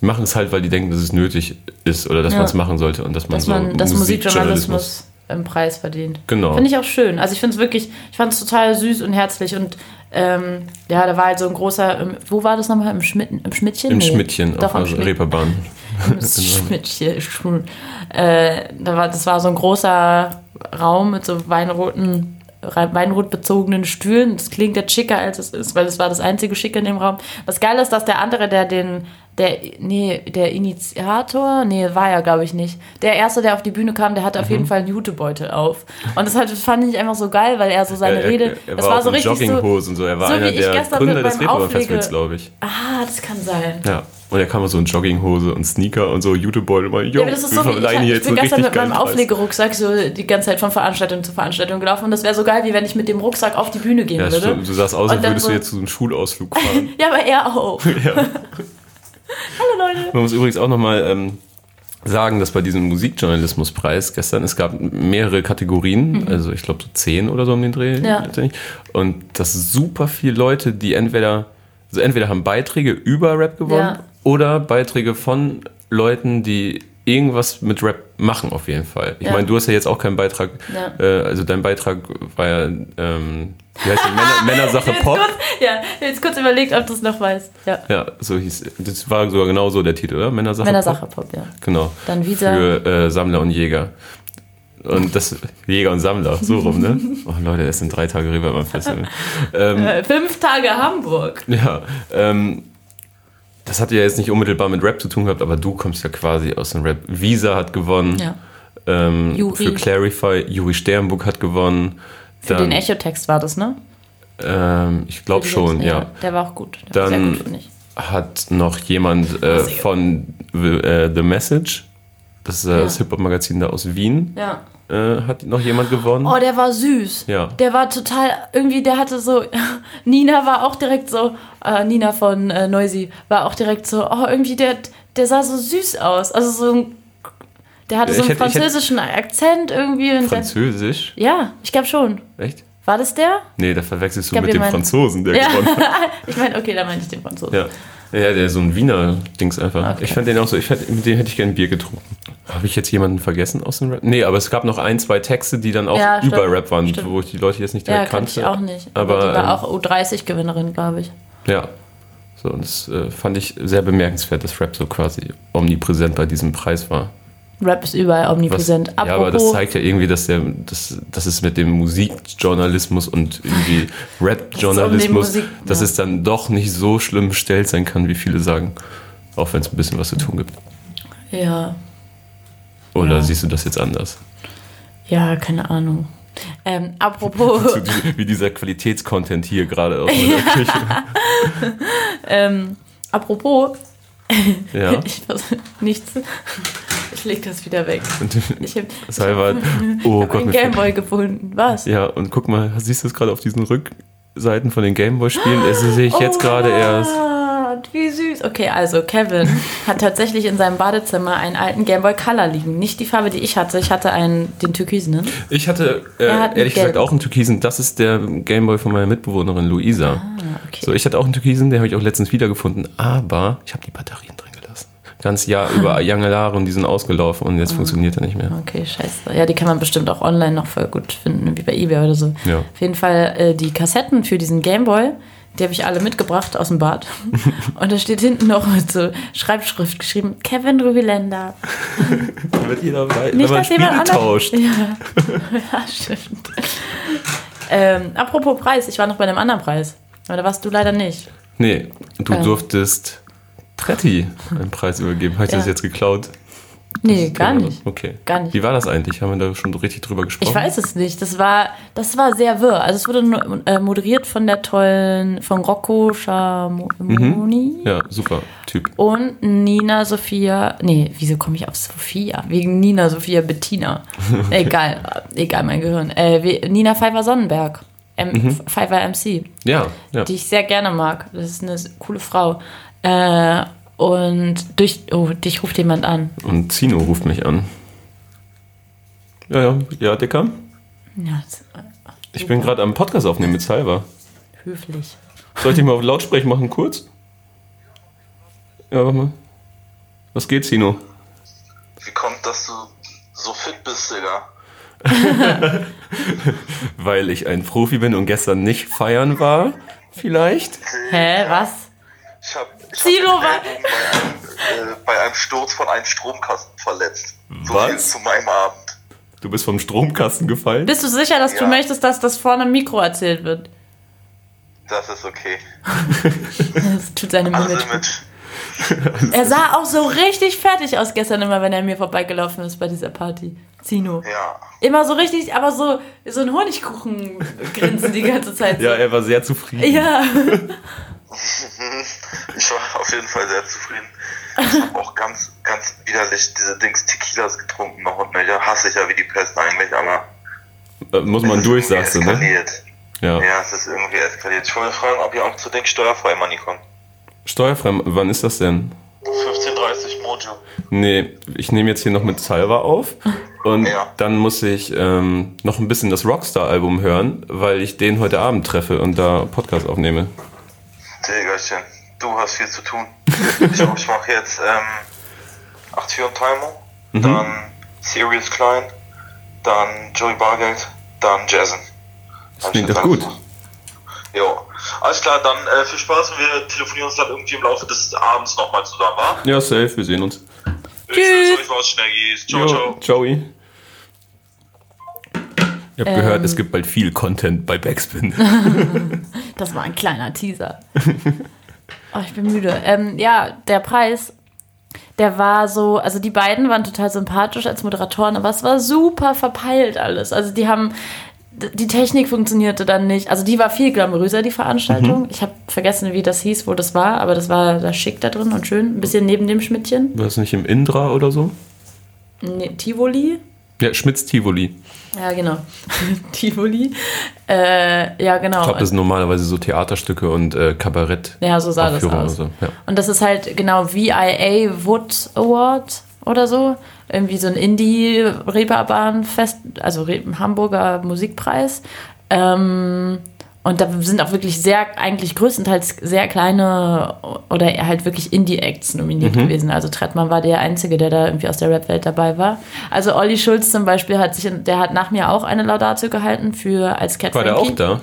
Speaker 3: Die machen es halt, weil die denken, dass es nötig ist oder dass
Speaker 2: Ja.
Speaker 3: man es machen sollte und dass man
Speaker 2: dass
Speaker 3: so
Speaker 2: man das
Speaker 3: Musikjournalismus.
Speaker 2: Musikjournalismus im Preis verdient.
Speaker 3: Genau.
Speaker 2: Finde ich auch schön. Also ich finde es wirklich, ich fand es total süß und herzlich und ähm, ja, da war halt so ein großer, ähm, wo war das nochmal? Im Schmitten, im Schmidtchen?
Speaker 3: Im
Speaker 2: Nee.
Speaker 3: Schmidtchen also
Speaker 2: Doch,
Speaker 3: auf
Speaker 2: am
Speaker 3: der
Speaker 2: Schmidt-
Speaker 3: Reeperbahn.
Speaker 2: im Schmidtchen. Schmid- Äh, da war, das war so ein großer Raum mit so weinroten rei- weinrot bezogenen Stühlen. Das klingt ja schicker, als es ist, weil es war das einzige Schicke in dem Raum. Was geil ist, dass der andere, der den, der, nee, der Initiator, nee, war ja, glaube ich, nicht. Der erste, der auf die Bühne kam, der hatte auf
Speaker 3: Mhm.
Speaker 2: jeden Fall einen Jutebeutel auf. Und das, hat, das fand ich einfach so geil, weil er so seine
Speaker 3: er, er,
Speaker 2: Rede,
Speaker 3: er
Speaker 2: das
Speaker 3: war
Speaker 2: war
Speaker 3: auch
Speaker 2: so
Speaker 3: in
Speaker 2: richtig so,
Speaker 3: Jogginghose und so. Er war
Speaker 2: so wie
Speaker 3: einer
Speaker 2: ich
Speaker 3: der
Speaker 2: gestern
Speaker 3: Gründer
Speaker 2: mit
Speaker 3: des
Speaker 2: meinem
Speaker 3: Reeperbahn-Festivals,
Speaker 2: Auflege-
Speaker 3: glaube ich.
Speaker 2: ah, das kann sein.
Speaker 3: Ja. Und er kam mit so in Jogginghose und Sneaker und so Jutebeutel. und meinte,
Speaker 2: Ja,
Speaker 3: Jo,
Speaker 2: aber das ist so, wie
Speaker 3: verleihen
Speaker 2: ich,
Speaker 3: hier
Speaker 2: ich bin
Speaker 3: einen
Speaker 2: gestern mit
Speaker 3: richtig
Speaker 2: meinem
Speaker 3: geilen Preis.
Speaker 2: Auflegerucksack so die ganze Zeit von Veranstaltung zu Veranstaltung gelaufen und das wäre so geil, wie wenn ich mit dem Rucksack auf die Bühne gehen
Speaker 3: Ja,
Speaker 2: würde.
Speaker 3: stimmt. Du sahst aus,
Speaker 2: Und
Speaker 3: als
Speaker 2: dann
Speaker 3: würdest
Speaker 2: so-
Speaker 3: du jetzt zu einem Schulausflug fahren.
Speaker 2: Ja, aber er auch.
Speaker 3: ja.
Speaker 2: Hallo Leute.
Speaker 3: Man muss übrigens auch nochmal ähm, sagen, dass bei diesem Musikjournalismuspreis gestern, es gab mehrere Kategorien, also ich glaube so zehn oder so um den Dreh.
Speaker 2: Mhm. Ja.
Speaker 3: letztendlich. Und das sind super viele Leute, die entweder, also entweder haben Beiträge über Rap gewonnen
Speaker 2: Ja.
Speaker 3: oder Beiträge von Leuten, die irgendwas mit Rap machen auf jeden Fall. Ich
Speaker 2: Ja.
Speaker 3: meine, du hast ja jetzt auch keinen Beitrag,
Speaker 2: Ja.
Speaker 3: äh, also dein Beitrag war ja, ähm, wie heißt die Männer, Männersache
Speaker 2: Jetzt
Speaker 3: Pop.
Speaker 2: kurz, ja, ich hab jetzt kurz überlegt, ob du es noch weißt. Ja.
Speaker 3: Ja, so hieß, das war sogar genau so der Titel, oder? Männersache
Speaker 2: Männersache Pop, ja.
Speaker 3: Genau.
Speaker 2: Dann wieder-
Speaker 3: Für äh, Sammler und Jäger. Und das Jäger und Sammler, so rum, ne? Oh Leute, es sind drei Tage rüber beim Festival. ähm,
Speaker 2: Äh, Fünf Tage Hamburg.
Speaker 3: ja, ähm, das hat ja jetzt nicht unmittelbar mit Rap zu tun gehabt, aber du kommst ja quasi aus dem Rap. Visa hat gewonnen.
Speaker 2: Ja.
Speaker 3: Ähm,
Speaker 2: Juri.
Speaker 3: Für Clarify, Juri Sternburg hat gewonnen.
Speaker 2: Für den Echotext war das, ne?
Speaker 3: ähm, ich glaube schon, ja.
Speaker 2: Der war auch gut. Der war
Speaker 3: Dann-
Speaker 2: sehr gut, finde ich.
Speaker 3: hat noch jemand äh, von äh, The Message, das ist äh, das Hip-Hop-Magazin da aus Wien,
Speaker 2: Ja.
Speaker 3: äh, hat noch jemand gewonnen.
Speaker 2: Oh, der war süß.
Speaker 3: Ja.
Speaker 2: Der war total, irgendwie, der hatte so, Nina war auch direkt so, äh, Nina von äh, Noisy war auch direkt so, oh, irgendwie, der, der sah so süß aus. Also so ein, der hatte so
Speaker 3: Ich
Speaker 2: einen
Speaker 3: hätte- ich hätte-
Speaker 2: französischen Akzent irgendwie. Und der,
Speaker 3: Französisch?
Speaker 2: ja, ich glaube schon.
Speaker 3: Echt?
Speaker 2: War das der?
Speaker 3: Nee, da verwechselst du
Speaker 2: glaub, wir
Speaker 3: mit dem
Speaker 2: meinen-
Speaker 3: Franzosen, der
Speaker 2: Ja.
Speaker 3: gewonnen hat.
Speaker 2: Ich meine, okay, da meine ich den Franzosen.
Speaker 3: Ja. ja, der ist so ein Wiener Dings einfach.
Speaker 2: Okay.
Speaker 3: Ich fand den auch so, ich hätte, mit dem hätte ich gern Bier getrunken. Habe ich jetzt jemanden vergessen aus dem Rap? Nee, aber es gab noch ein, zwei Texte, die dann auch
Speaker 2: Ja, stimmt.
Speaker 3: über Rap waren,
Speaker 2: Stimmt.
Speaker 3: wo ich die Leute jetzt nicht
Speaker 2: Ja,
Speaker 3: direkt
Speaker 2: kannte
Speaker 3: kannte.
Speaker 2: ich auch nicht.
Speaker 3: Aber,
Speaker 2: die war
Speaker 3: ähm,
Speaker 2: auch U30-Gewinnerin, glaube ich.
Speaker 3: Ja. So, und das äh, fand ich sehr bemerkenswert, dass Rap so quasi omnipräsent bei diesem Preis war.
Speaker 2: Rap ist überall
Speaker 3: Was-
Speaker 2: omnipräsent.
Speaker 3: Ja, aber das zeigt ja irgendwie, dass, der, dass, dass es mit dem Musikjournalismus und irgendwie Rap-Journalismus,
Speaker 2: Dass es um den Musik-
Speaker 3: dass
Speaker 2: ja.
Speaker 3: es dann doch nicht so schlimm bestellt sein kann, wie viele sagen. Auch wenn es ein bisschen was zu tun gibt.
Speaker 2: ja,
Speaker 3: Oder
Speaker 2: Ja.
Speaker 3: siehst du das jetzt anders?
Speaker 2: ja, keine Ahnung. Ähm, apropos.
Speaker 3: So die- wie dieser Qualitätscontent hier gerade aus meiner Küche.
Speaker 2: Ähm, apropos,
Speaker 3: Ja.
Speaker 2: ich weiß nichts. Ich leg das wieder weg.
Speaker 3: Und
Speaker 2: Ich habe
Speaker 3: Salvat, oh Gott,
Speaker 2: einen
Speaker 3: mir fällt-
Speaker 2: Gameboy gefunden. Was?
Speaker 3: Ja, und guck mal, siehst du das gerade auf diesen Rückseiten von den Gameboy-Spielen? Das sehe ich jetzt
Speaker 2: Oh
Speaker 3: gerade
Speaker 2: Gott,
Speaker 3: erst.
Speaker 2: Wie süß. Okay, also Kevin hat tatsächlich in seinem Badezimmer einen alten Gameboy Color liegen. Nicht die Farbe, die ich hatte. Ich hatte einen, den ne? türkisenen.
Speaker 3: Ich hatte äh,
Speaker 2: Er hat einen
Speaker 3: ehrlich gesagt
Speaker 2: gelben.
Speaker 3: auch einen Türkisen. Das ist der Gameboy von meiner Mitbewohnerin Luisa.
Speaker 2: Ah, okay.
Speaker 3: So, ich hatte auch einen Türkisen, den habe ich auch letztens wiedergefunden, aber ich habe die Batterien drin gelassen. Ganz Jahr über lange Jahre und die sind ausgelaufen und
Speaker 2: Ah.
Speaker 3: jetzt funktioniert er nicht mehr.
Speaker 2: Okay, scheiße. Ja, die kann man bestimmt auch online noch voll gut finden, wie bei Ebay oder so.
Speaker 3: Ja.
Speaker 2: Auf jeden Fall äh, die Kassetten für diesen Gameboy, die habe ich alle mitgebracht aus dem Bad. Und da steht hinten noch mit so Schreibschrift geschrieben, Kevin Rubiländer.
Speaker 3: Wird jeder wei-
Speaker 2: Nicht,
Speaker 3: wenn man
Speaker 2: dass jemand
Speaker 3: Spiele
Speaker 2: anders-
Speaker 3: tauscht.
Speaker 2: Ja, ja stimmt. Ähm, apropos Preis, ich war noch bei einem anderen Preis. Aber da warst du leider nicht.
Speaker 3: Nee, du
Speaker 2: Ähm. Hm.
Speaker 3: durftest Tretti einen Preis übergeben. Habe ich
Speaker 2: Ja.
Speaker 3: das jetzt geklaut?
Speaker 2: Nee, gar
Speaker 3: genau
Speaker 2: nicht.
Speaker 3: Okay.
Speaker 2: Gar nicht.
Speaker 3: Wie war das eigentlich? Haben wir da schon richtig drüber gesprochen?
Speaker 2: Ich weiß es nicht. Das war, das war sehr wirr. Also es wurde nur, äh, moderiert von der tollen, von Rocco Schamoni.
Speaker 3: Mhm. Ja, super Typ.
Speaker 2: Und Nina Sophia. Nee, wieso komme ich auf Sophia? Wegen Nina Sophia Bettina. Egal, egal, mein Gehirn. Äh, wie- Nina Pfeiffer-Sonnenberg. M Pfeiffer MC,
Speaker 3: Ja, ja.
Speaker 2: die ich sehr gerne mag. Das ist eine s- coole Frau. Äh, und durch. Oh, dich ruft jemand an.
Speaker 3: Und Zino ruft mich an. Ja, ja, ja, Dicker.
Speaker 2: Ja, das- äh,
Speaker 3: Ich Ich bin gerade am Podcast aufnehmen mit Salva.
Speaker 2: Höflich.
Speaker 3: Soll ich dich mal auf Lautsprech machen, kurz? Ja, warte mal. Was geht, Sino?
Speaker 1: Wie kommt, dass du so fit bist, Digga?
Speaker 3: Weil ich ein Profi bin und gestern nicht feiern war, vielleicht?
Speaker 2: Hä, was?
Speaker 1: Ich hab, ich
Speaker 2: Silo war-
Speaker 1: hab den Ellbogen bei, einem, äh, bei einem Sturz von einem Stromkasten verletzt. So
Speaker 3: Was?
Speaker 1: viel zu meinem Abend.
Speaker 3: Du bist vom Stromkasten gefallen?
Speaker 2: Bist du sicher, dass du
Speaker 1: Ja.
Speaker 2: möchtest, dass das vorne im Mikro erzählt wird?
Speaker 1: Das ist okay.
Speaker 2: Das tut seinem
Speaker 1: Also
Speaker 2: Image gut.
Speaker 1: mit,
Speaker 2: Er sah auch so richtig fertig aus gestern immer, wenn er mir vorbeigelaufen ist bei dieser Party. Zino.
Speaker 1: ja.
Speaker 2: Immer so richtig, aber so, so ein Honigkuchen-Grinsen die ganze Zeit.
Speaker 3: Ja, er war sehr zufrieden.
Speaker 2: ja.
Speaker 1: Ich war auf jeden Fall sehr zufrieden. Ich habe auch ganz, ganz widerlich diese Dings Tequilas getrunken noch und ja, hasse ich ja wie die Pest eigentlich, aber.
Speaker 3: Äh, Muss man
Speaker 1: es ist
Speaker 3: durch,
Speaker 1: irgendwie
Speaker 3: sagst du, ne?
Speaker 1: eskaliert.
Speaker 3: Ja.
Speaker 1: Ja, es ist irgendwie eskaliert. Ich wollte fragen, ob ihr auch zu den Steuerfreimoney kommt.
Speaker 3: Steuerfrei, wann ist das denn?
Speaker 1: 15.30 Mojo.
Speaker 3: Nee, ich nehme jetzt hier noch mit Salva auf und
Speaker 1: Ja.
Speaker 3: dann muss ich ähm, noch ein bisschen das Rockstar-Album hören, weil ich den heute Abend treffe und da Podcast aufnehme.
Speaker 1: Diggerchen, du hast viel zu tun. ich glaub, ich mache jetzt ähm, 8 Türen Timer,
Speaker 3: Mhm.
Speaker 1: dann Sirius Klein, dann Joey Bargeld, dann Jason. Das
Speaker 3: klingt doch gut.
Speaker 1: Jo. Alles klar, dann äh, viel Spaß und wir telefonieren uns dann irgendwie im Laufe des Abends nochmal zusammen, wa?
Speaker 3: Ja, safe, wir sehen uns.
Speaker 1: Tschüss. Ich raus, Schneggies. Ciao, ciao.
Speaker 3: Joey. Ich habe
Speaker 2: Ähm.
Speaker 3: gehört, es gibt bald viel Content bei Backspin.
Speaker 2: Das war ein kleiner Teaser. oh, ich bin müde. Ähm, ja, der Preis, der war so, also die beiden waren total sympathisch als Moderatoren, aber es war super verpeilt alles. Also die haben, d- die Technik funktionierte dann nicht. Also die war viel glamouröser, die
Speaker 3: Mhm.
Speaker 2: Veranstaltung. Ich habe vergessen, wie das hieß, wo das war, aber das war da schick da drin und schön. Ein bisschen neben dem Schmidtchen.
Speaker 3: War es nicht im Indra oder so?
Speaker 2: Nee, Tivoli.
Speaker 3: Ja, Schmitz Tivoli.
Speaker 2: Ja, genau. Tivoli. Äh, ja, genau.
Speaker 3: Ich glaube, das sind normalerweise so Theaterstücke und äh, Kabarett.
Speaker 2: Ja, so sah das
Speaker 3: Aufführungen
Speaker 2: aus.
Speaker 3: oder so, ja.
Speaker 2: Und das ist halt genau VIA Wood Award oder so. Irgendwie so ein Indie-Reeperbahn-Fest, also Re Hamburger Musikpreis. Ähm, und da sind auch wirklich sehr, eigentlich größtenteils sehr kleine oder halt wirklich Indie-Acts nominiert
Speaker 3: Mhm.
Speaker 2: gewesen. Also Trettmann war der Einzige, der da irgendwie aus der Rap-Welt dabei war. Also Olli Schulz zum Beispiel hat sich, der hat nach mir auch eine Laudatio gehalten für als Cat
Speaker 3: War der
Speaker 2: Frankie.
Speaker 3: auch da?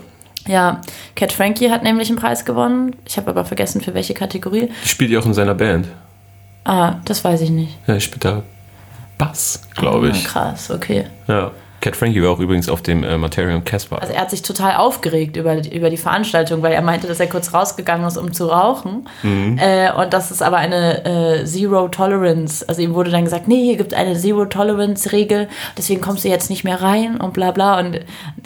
Speaker 2: Ja, Cat Frankie hat nämlich einen Preis gewonnen. Ich habe aber vergessen, für welche Kategorie.
Speaker 3: Die spielt ja auch in seiner Band.
Speaker 2: Ah, das weiß ich nicht.
Speaker 3: Ja, ich spiele da Bass, glaube
Speaker 2: Ah,
Speaker 3: ich.
Speaker 2: krass, okay.
Speaker 3: Ja. Cat Frankie war auch übrigens auf dem äh, Materium Casper.
Speaker 2: Also er hat sich total aufgeregt über, die- über die Veranstaltung, weil er meinte, dass er kurz rausgegangen ist, um zu rauchen.
Speaker 3: Mhm.
Speaker 2: Äh, und das ist aber eine äh, Zero Tolerance. Also ihm wurde dann gesagt, nee, hier gibt eine Zero Tolerance Regel, deswegen kommst du jetzt nicht mehr rein und bla bla und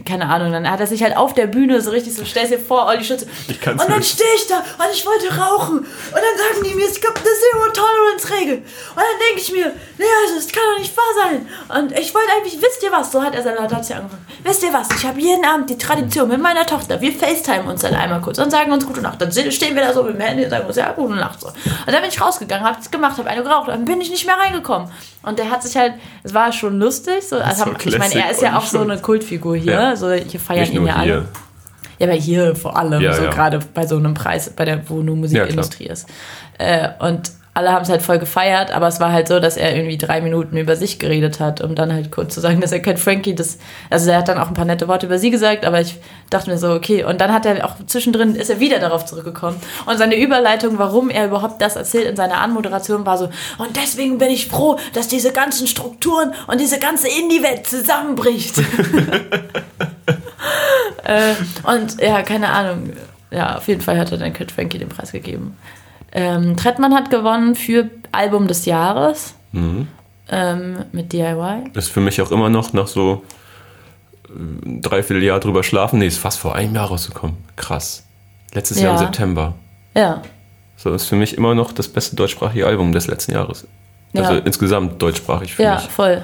Speaker 2: keine Ahnung. Dann hat er sich halt auf der Bühne so richtig so, stellst dir vor, Olli Schütze.
Speaker 3: Ich kann's
Speaker 2: und dann
Speaker 3: nicht.
Speaker 2: stehe ich da und ich wollte rauchen. Und dann sagen die mir, es gibt eine Zero-Tolerance-Regel. Und dann denke ich mir, nee, also, das kann doch nicht wahr sein. Und ich wollte eigentlich, wisst ihr was, so hat er seine Laudatio angefangen. Wisst ihr was, ich habe jeden Abend die Tradition mit meiner Tochter, wir FaceTime uns dann einmal kurz und sagen uns gute Nacht. Dann stehen wir da so mit dem Handy und sagen uns, ja, gute Nacht. So. Und dann bin ich rausgegangen, habe es gemacht, habe eine geraucht, dann bin ich nicht mehr reingekommen. Und der hat sich halt, es war schon lustig. So, also,
Speaker 3: so
Speaker 2: ich meine, er ist ja auch so eine Kultfigur hier.
Speaker 3: Ja.
Speaker 2: So, hier feiern
Speaker 3: Nicht
Speaker 2: ihn ja
Speaker 3: nur
Speaker 2: alle.
Speaker 3: hier.
Speaker 2: Ja, aber hier vor allem,
Speaker 3: Ja,
Speaker 2: so
Speaker 3: ja.
Speaker 2: gerade bei so einem Preis, bei der, wo nur Musikindustrie ist. Äh, und alle haben es halt voll gefeiert, aber es war halt so, dass er irgendwie drei Minuten über sich geredet hat, um dann halt kurz zu sagen, dass er Cat Frankie das. Also er hat dann auch ein paar nette Worte über sie gesagt, aber ich dachte mir so, okay. Und dann hat er auch zwischendrin ist er wieder darauf zurückgekommen. Und seine Überleitung, warum er überhaupt das erzählt in seiner Anmoderation, war so, und deswegen bin ich froh, dass diese ganzen Strukturen und diese ganze Indie-Welt zusammenbricht. Äh, und ja, keine Ahnung. Ja, auf jeden Fall hat er dann Cat Frankie den Preis gegeben. Ähm, Trettmann hat gewonnen für Album des Jahres
Speaker 3: Mhm.
Speaker 2: ähm, mit DIY.
Speaker 3: Ist für mich auch immer noch nach so äh, dreiviertel Jahr drüber schlafen. Nee, ist fast vor einem Jahr rausgekommen. Krass. Letztes Jahr im
Speaker 2: Ja.
Speaker 3: September.
Speaker 2: Ja,
Speaker 3: So ist für mich immer noch das beste deutschsprachige Album des letzten Jahres.
Speaker 2: Ja.
Speaker 3: Also insgesamt deutschsprachig für
Speaker 2: ja,
Speaker 3: mich.
Speaker 2: voll.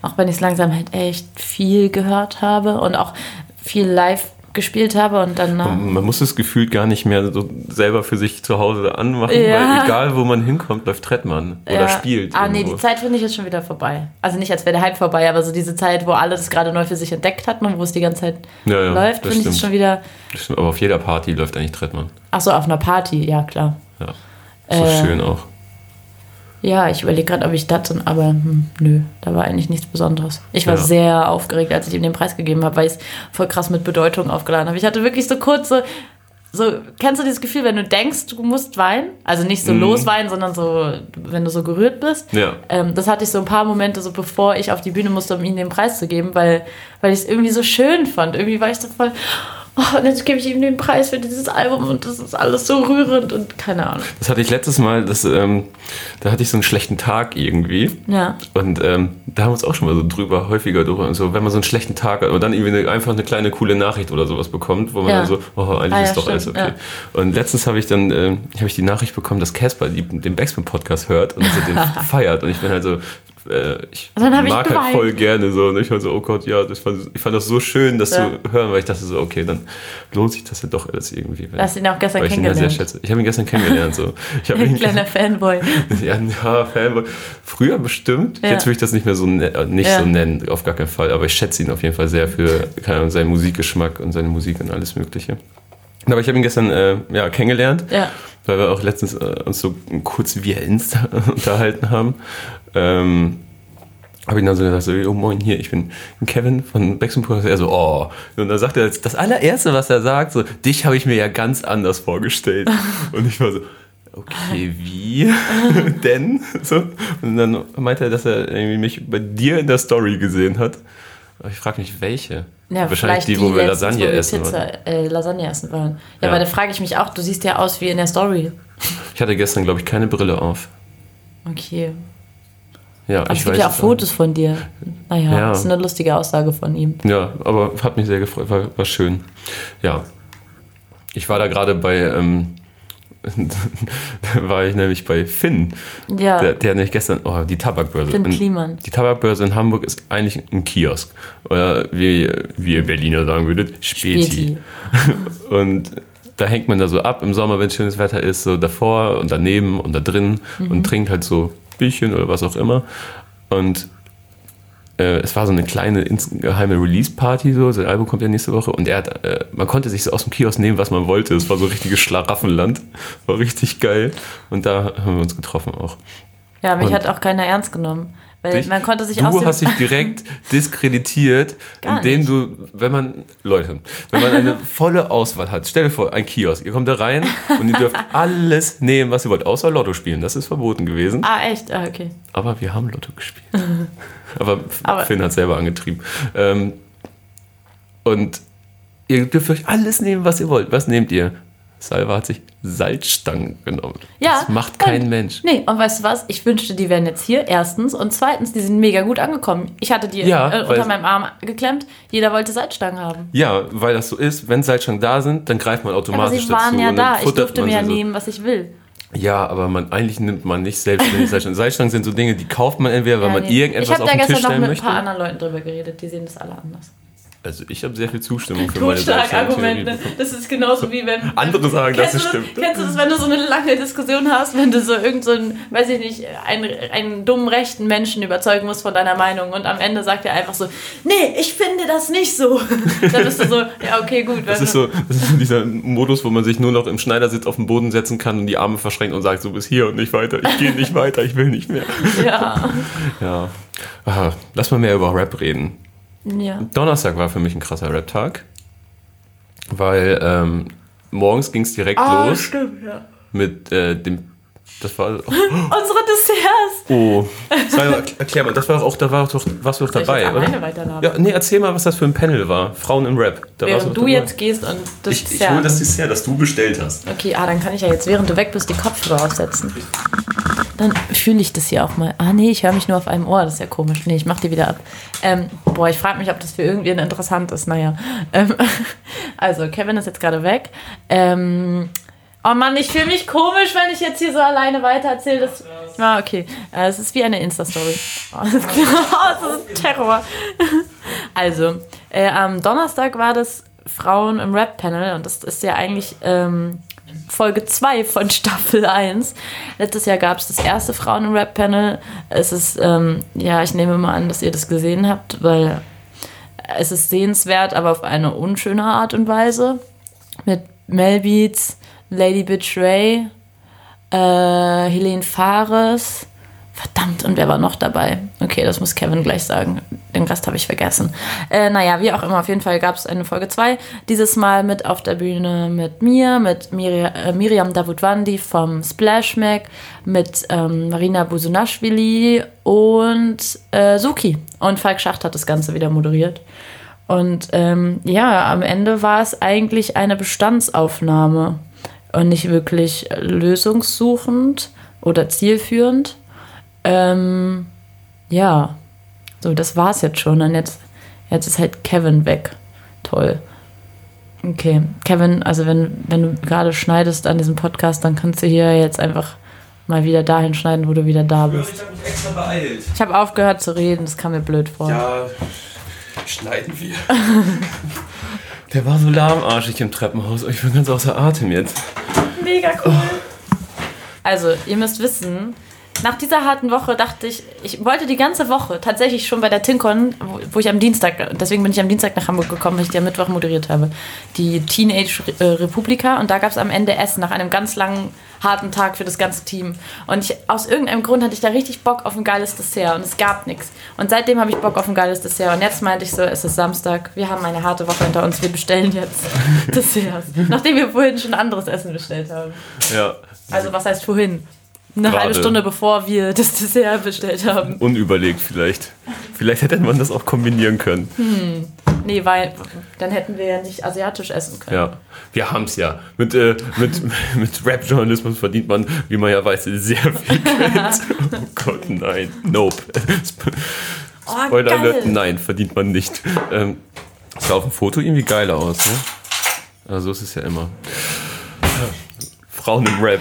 Speaker 2: Auch wenn ich es langsam halt echt viel gehört habe und auch viel live gespielt habe und dann.
Speaker 3: Man, man muss das Gefühl gar nicht mehr so selber für sich zu Hause anmachen,
Speaker 2: Ja.
Speaker 3: weil egal wo man hinkommt, läuft Trettmann oder
Speaker 2: Ja.
Speaker 3: spielt.
Speaker 2: Ah, nee,
Speaker 3: irgendwo.
Speaker 2: die Zeit finde ich jetzt schon wieder vorbei. Also nicht, als wäre der Hype vorbei, aber so diese Zeit, wo alle das gerade neu für sich entdeckt hatten und wo es die ganze Zeit
Speaker 3: Ja, ja, das
Speaker 2: läuft, finde ich
Speaker 3: stimmt.
Speaker 2: jetzt schon wieder.
Speaker 3: Stimmt, Aber auf jeder Party läuft eigentlich Trettmann.
Speaker 2: Ach so, auf einer Party, ja, klar.
Speaker 3: Ja. So
Speaker 2: Äh.
Speaker 3: schön auch.
Speaker 2: Ja, ich überlege gerade, ob ich das und aber hm, nö, da war eigentlich nichts Besonderes. Ich war
Speaker 3: Ja.
Speaker 2: sehr aufgeregt, als ich ihm den Preis gegeben habe, weil ich es voll krass mit Bedeutung aufgeladen habe. Ich hatte wirklich so kurze, so, kennst du dieses Gefühl, wenn du denkst, du musst weinen? Also nicht so losweinen, sondern so, wenn du so gerührt bist.
Speaker 3: Mhm. Ja.
Speaker 2: Ähm, das hatte ich so ein paar Momente, so bevor ich auf die Bühne musste, um ihm den Preis zu geben, weil, weil ich es irgendwie so schön fand. Irgendwie war ich so voll, oh, und jetzt gebe ich ihm den Preis für dieses Album und das ist alles so rührend und keine Ahnung.
Speaker 3: Das hatte ich letztes Mal, das, ähm, da hatte ich so einen schlechten Tag irgendwie.
Speaker 2: Ja.
Speaker 3: Und ähm, da haben wir uns auch schon mal so drüber, häufiger drüber. Und so, wenn man so einen schlechten Tag hat und dann irgendwie eine, einfach eine kleine coole Nachricht oder sowas bekommt, wo man
Speaker 2: Ja.
Speaker 3: dann so, oh, eigentlich
Speaker 2: Ah, ja,
Speaker 3: ist doch alles
Speaker 2: stimmt,
Speaker 3: okay. Und letztens habe ich dann ähm, habe ich die Nachricht bekommen, dass Casper die- den Backspin-Podcast hört und so den feiert. Und ich bin halt so, äh, ich
Speaker 2: Und Also dann habe ich
Speaker 3: mag halt
Speaker 2: geweint.
Speaker 3: voll gerne so. Und ich war so, oh Gott, ja, das fand, ich fand das so schön, das
Speaker 2: Ja.
Speaker 3: zu hören, weil ich dachte so, okay, dann lohnt sich das ja doch alles irgendwie. Wenn,
Speaker 2: Du hast ihn auch gestern
Speaker 3: weil ich ihn ja sehr
Speaker 2: kennengelernt.
Speaker 3: schätze. Also, Ich habe ihn gestern kennengelernt. So. Ich habe
Speaker 2: Ein
Speaker 3: ihn
Speaker 2: kleiner Fanboy.
Speaker 3: ja, ja, Fanboy. Früher bestimmt.
Speaker 2: Ja.
Speaker 3: Jetzt würde ich das nicht mehr so, ne- äh, nicht
Speaker 2: Ja.
Speaker 3: so nennen, auf gar keinen Fall. Aber ich schätze ihn auf jeden Fall sehr für keine Ahnung, seinen Musikgeschmack und seine Musik und alles Mögliche. Aber ich habe ihn gestern äh, ja, kennengelernt,
Speaker 2: Ja.
Speaker 3: weil wir auch letztens äh, uns so kurz via Insta unterhalten haben. Ähm, habe ich dann so gesagt, so, oh moin, hier, ich bin Kevin von Bexon Podcast. Er so, oh. Und dann sagt er, jetzt das allererste, was er sagt, so, dich habe ich mir ja ganz anders vorgestellt. Und ich war so, okay, wie denn? So. Und dann meinte er, dass er irgendwie mich bei dir in der Story gesehen hat. Aber ich frage mich, welche?
Speaker 2: Ja,
Speaker 3: Wahrscheinlich
Speaker 2: vielleicht
Speaker 3: die, wo wir
Speaker 2: letztens,
Speaker 3: Lasagne
Speaker 2: wo wir
Speaker 3: essen. waren.
Speaker 2: Pizza, äh, Lasagne essen waren. Ja,
Speaker 3: Ja.
Speaker 2: aber da frage ich mich auch, du siehst ja aus wie in der Story.
Speaker 3: Ich hatte gestern, glaube ich, keine Brille auf.
Speaker 2: Okay.
Speaker 3: Ja,
Speaker 2: Aber
Speaker 3: ich
Speaker 2: Also es gibt
Speaker 3: weiß
Speaker 2: ja auch
Speaker 3: es
Speaker 2: Fotos von dir. Naja,
Speaker 3: Ja.
Speaker 2: das ist eine lustige Aussage von ihm.
Speaker 3: Ja, aber hat mich sehr gefreut, war, war schön. Ja. Ich war da gerade bei, ähm, da war ich nämlich bei Finn.
Speaker 2: Ja.
Speaker 3: Der, der nämlich gestern, oh, die Tabakbörse.
Speaker 2: Finn
Speaker 3: In-
Speaker 2: Kliman.
Speaker 3: Die Tabakbörse in Hamburg ist eigentlich ein Kiosk. Oder wie, wie ihr Berliner sagen würdet, Späti.
Speaker 2: Späti.
Speaker 3: Und da hängt man da so ab im Sommer, wenn schönes Wetter ist, so davor und daneben und da drin und trinkt halt so Bierchen oder was auch immer. Und äh, es war so eine kleine insgeheime Release-Party, so, sein Album kommt ja nächste Woche und er hat, äh, man konnte sich so aus dem Kiosk nehmen, was man wollte. Es war so richtiges Schlaraffenland. War richtig geil. Und da haben wir uns getroffen auch.
Speaker 2: Ja, mich
Speaker 3: Und-
Speaker 2: hat auch keiner ernst genommen. Weil
Speaker 3: Dich-
Speaker 2: man konnte sich aus
Speaker 3: du
Speaker 2: dem-
Speaker 3: hast dich direkt diskreditiert,
Speaker 2: Gar
Speaker 3: indem
Speaker 2: nicht.
Speaker 3: du, wenn man, Leute, wenn man eine volle Auswahl hat, stell dir vor, ein Kiosk, ihr kommt da rein und ihr dürft alles nehmen, was ihr wollt, außer Lotto spielen, das ist verboten gewesen,
Speaker 2: Ah, echt? Ah, okay.
Speaker 3: aber wir haben Lotto gespielt. aber,
Speaker 2: Aber-
Speaker 3: Finn hat selber angetrieben. Ähm, und ihr dürft euch alles nehmen, was ihr wollt. Was nehmt ihr? Salva hat sich Salzstangen genommen.
Speaker 2: Ja,
Speaker 3: Das macht
Speaker 2: und-
Speaker 3: kein Mensch.
Speaker 2: Nee, und weißt du was? Ich wünschte, die wären jetzt hier, erstens. Und zweitens, die sind mega gut angekommen. Ich hatte die
Speaker 3: Ja,
Speaker 2: äh,
Speaker 3: weil-
Speaker 2: unter meinem Arm geklemmt. Jeder wollte Salzstangen haben.
Speaker 3: Ja, weil das so ist, wenn Salzstangen da sind, dann greift man
Speaker 2: Aber
Speaker 3: automatisch
Speaker 2: sie waren
Speaker 3: dazu
Speaker 2: ja
Speaker 3: und dann
Speaker 2: da. Ich
Speaker 3: futtert
Speaker 2: durfte
Speaker 3: man
Speaker 2: mir ja
Speaker 3: sie so.
Speaker 2: nehmen, was ich will.
Speaker 3: Ja, aber man, eigentlich nimmt man nicht selbstständig Salzstangen. Salzstangen sind so Dinge, die kauft man entweder, weil
Speaker 2: Ja,
Speaker 3: man
Speaker 2: nee.
Speaker 3: irgendetwas
Speaker 2: ich habe
Speaker 3: auf
Speaker 2: da
Speaker 3: den
Speaker 2: gestern
Speaker 3: Tisch
Speaker 2: noch
Speaker 3: stellen
Speaker 2: mit
Speaker 3: möchte.
Speaker 2: ein paar anderen Leuten drüber geredet, die sehen das alle anders.
Speaker 3: Also ich habe sehr viel Zustimmung für meine Salzstangen.
Speaker 2: Totschlagargumente. Das ist genauso wie wenn.
Speaker 3: Andere sagen, dass
Speaker 2: Kennst,
Speaker 3: es
Speaker 2: du das,
Speaker 3: stimmt.
Speaker 2: kennst du das, wenn du so eine lange Diskussion hast, wenn du so irgendeinen, so einen, weiß ich nicht, einen, einen dummen rechten Menschen überzeugen musst von deiner Meinung und am Ende sagt er einfach so, nee, ich finde das nicht so. Dann bist du so, ja, okay, gut.
Speaker 3: Das
Speaker 2: wenn
Speaker 3: ist
Speaker 2: du-
Speaker 3: so das ist dieser Modus, wo man sich nur noch im Schneidersitz auf den Boden setzen kann und die Arme verschränkt und sagt, so bis hier und nicht weiter. Ich gehe nicht weiter, ich will nicht mehr.
Speaker 2: Ja.
Speaker 3: Ja. Ah, lass mal mehr über Rap reden.
Speaker 2: ja.
Speaker 3: Donnerstag war für mich ein krasser Rap-Tag, weil ähm, morgens ging es direkt
Speaker 2: Ah.
Speaker 3: los
Speaker 2: stimmt, ja.
Speaker 3: mit äh, dem. Das war.
Speaker 2: Unsere Desserts.
Speaker 3: Oh. Salva, erklär mal, das war auch, da war doch, warst du doch
Speaker 2: Soll ich
Speaker 3: dabei,
Speaker 2: jetzt alleine
Speaker 3: oder?
Speaker 2: weiterladen?
Speaker 3: Ja, nee, erzähl mal, was das für ein Panel war. Frauen im Rap. Da warst
Speaker 2: Während
Speaker 3: doch
Speaker 2: du
Speaker 3: dabei.
Speaker 2: jetzt gehst und das
Speaker 3: Ich, ich
Speaker 2: Dessert-
Speaker 3: hole das Dessert, das du bestellt hast.
Speaker 2: Okay, ah, dann kann ich ja jetzt, während du weg bist, die Kopfhörer aufsetzen. Dann fühle ich das hier auch mal. Ah, nee, ich höre mich nur auf einem Ohr. Das ist ja komisch. Nee, ich mach die wieder ab. Ähm, boah, ich frage mich, ob das für irgendwen interessant ist. Naja. Ähm, also, Kevin ist jetzt gerade weg. Ähm, oh Mann, ich fühle mich komisch, wenn ich jetzt hier so alleine weiter erzähle. Das, ah, okay. Äh, es ist wie eine Insta-Story. Oh, das ist, oh, das ist Terror. Also, äh, am Donnerstag war das Frauen im Rap-Panel und das ist ja eigentlich ähm, Folge 2 von Staffel 1. Letztes Jahr gab es das erste Frauen im Rap-Panel. Es ist, ähm, ja, ich nehme mal an, dass ihr das gesehen habt, weil es ist sehenswert, aber auf eine unschöne Art und Weise. Mit Melbeats, Lady Bitch Ray, äh, Helene Fares. Verdammt, und wer war noch dabei? Okay, das muss Kevin gleich sagen. Den Rest habe ich vergessen. Äh, naja, wie auch immer, auf jeden Fall gab es eine Folge 2. Dieses Mal mit auf der Bühne mit mir, mit Miri äh, Miriam Davutwandi vom Splash Mac, mit ähm, Marina Busunashvili und äh, Suki. Und Falk Schacht hat das Ganze wieder moderiert. Und ähm, ja, am Ende war es eigentlich eine Bestandsaufnahme und nicht wirklich lösungssuchend oder zielführend. Ähm, ja, so, das war's jetzt schon. Und jetzt, jetzt ist halt Kevin weg. Toll. Okay, Kevin, also wenn, wenn du gerade schneidest an diesem Podcast, dann kannst du hier jetzt einfach mal wieder dahin schneiden, wo du wieder
Speaker 4: Ja,
Speaker 2: da bist.
Speaker 4: Ich habe mich extra beeilt.
Speaker 2: Ich habe aufgehört zu reden, das kam mir blöd vor.
Speaker 4: Ja, schneiden wir.
Speaker 3: Der war so lahmarschig im Treppenhaus. Ich bin ganz außer Atem jetzt.
Speaker 2: Mega cool. Also, ihr müsst wissen, nach dieser harten Woche dachte ich, ich wollte die ganze Woche tatsächlich schon bei der Tincon, wo, wo ich am Dienstag, deswegen bin ich am Dienstag nach Hamburg gekommen, weil ich die am Mittwoch moderiert habe, die Teenage äh, Republika und da gab es am Ende Essen nach einem ganz langen, harten Tag für das ganze Team. Und ich, aus irgendeinem Grund hatte ich da richtig Bock auf ein geiles Dessert und es gab nichts. Und seitdem habe ich Bock auf ein geiles Dessert und jetzt meinte ich so, es ist Samstag, wir haben eine harte Woche hinter uns, wir bestellen jetzt Desserts, nachdem wir vorhin schon anderes Essen bestellt haben.
Speaker 3: Ja.
Speaker 2: Also was heißt vorhin? Eine
Speaker 3: Gerade.
Speaker 2: halbe Stunde bevor wir das Dessert bestellt haben.
Speaker 3: Unüberlegt vielleicht. Vielleicht hätte man das auch kombinieren können.
Speaker 2: Nee, weil dann hätten wir ja nicht asiatisch essen können.
Speaker 3: Ja. Wir haben es ja. Mit, äh, mit, mit Rap-Journalismus verdient man, wie man ja weiß, sehr viel Geld. Oh Gott, nein. Nope.
Speaker 2: Oh,
Speaker 3: Spoiler alert,
Speaker 2: geil.
Speaker 3: nein, verdient man nicht. Ähm, sah auf dem Foto irgendwie geiler aus, ne? Aber so ist es ja immer. Frauen im Rap.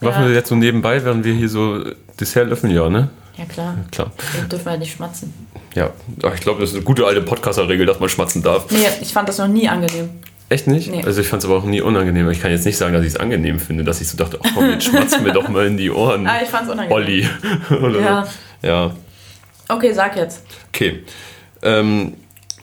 Speaker 3: Machen
Speaker 2: Ja.
Speaker 3: wir jetzt so nebenbei, während wir hier so Dessert öffnen, ja, ne?
Speaker 2: Ja klar,
Speaker 3: Klar.
Speaker 2: wir dürfen halt nicht schmatzen.
Speaker 3: Ja, Ach, ich glaube, das ist eine gute alte Podcaster-Regel, dass man schmatzen darf.
Speaker 2: Nee, ich fand das noch nie angenehm.
Speaker 3: Echt nicht?
Speaker 2: Nee.
Speaker 3: Also ich fand es aber auch nie unangenehm. Ich kann jetzt nicht sagen, dass ich es angenehm finde, dass ich so dachte, oh komm, jetzt schmatzen wir doch mal in die Ohren.
Speaker 2: Ah, ich fand's unangenehm.
Speaker 3: Olli. Oder
Speaker 2: Ja.
Speaker 3: So. ja.
Speaker 2: Okay, sag jetzt.
Speaker 3: Okay. Ähm,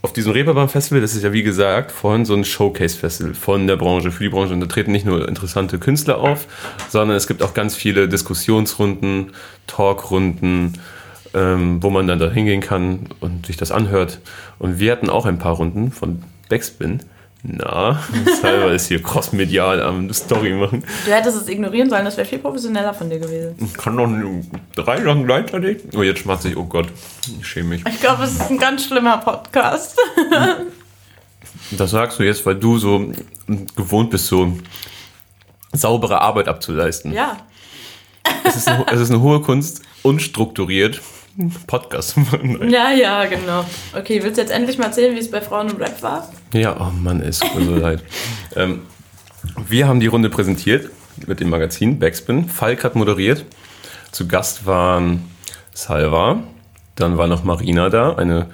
Speaker 3: auf diesem Reeperbahn-Festival, das ist ja wie gesagt vorhin so ein Showcase-Festival von der Branche, für die Branche. Und da treten nicht nur interessante Künstler auf, sondern es gibt auch ganz viele Diskussionsrunden, Talkrunden, ähm, wo man dann da hingehen kann und sich das anhört. Und wir hatten auch ein paar Runden von Backspin. Na, Salva ist hier crossmedial am Story machen.
Speaker 2: Du hättest es ignorieren sollen, das wäre viel professioneller von dir gewesen.
Speaker 3: Ich kann doch nicht- drei Sachen gleichzeitig. Oh, jetzt schmatze ich. Oh Gott, ich schäme mich.
Speaker 2: Ich glaube, es ist ein ganz schlimmer Podcast.
Speaker 3: Das sagst du jetzt, weil du so gewohnt bist, so saubere Arbeit abzuleisten.
Speaker 2: Ja.
Speaker 3: Es, ist eine, es ist eine hohe Kunst, unstrukturiert Podcast zu machen. Nein.
Speaker 2: Ja, ja, genau. Okay, willst du jetzt endlich mal erzählen, wie es bei Frauen im Rap war?
Speaker 3: Ja, oh Mann, es tut mir so leid. Ähm, wir haben die Runde präsentiert mit dem Magazin Backspin. Falk hat moderiert. Zu Gast waren Salva, dann war noch Marina da, eine,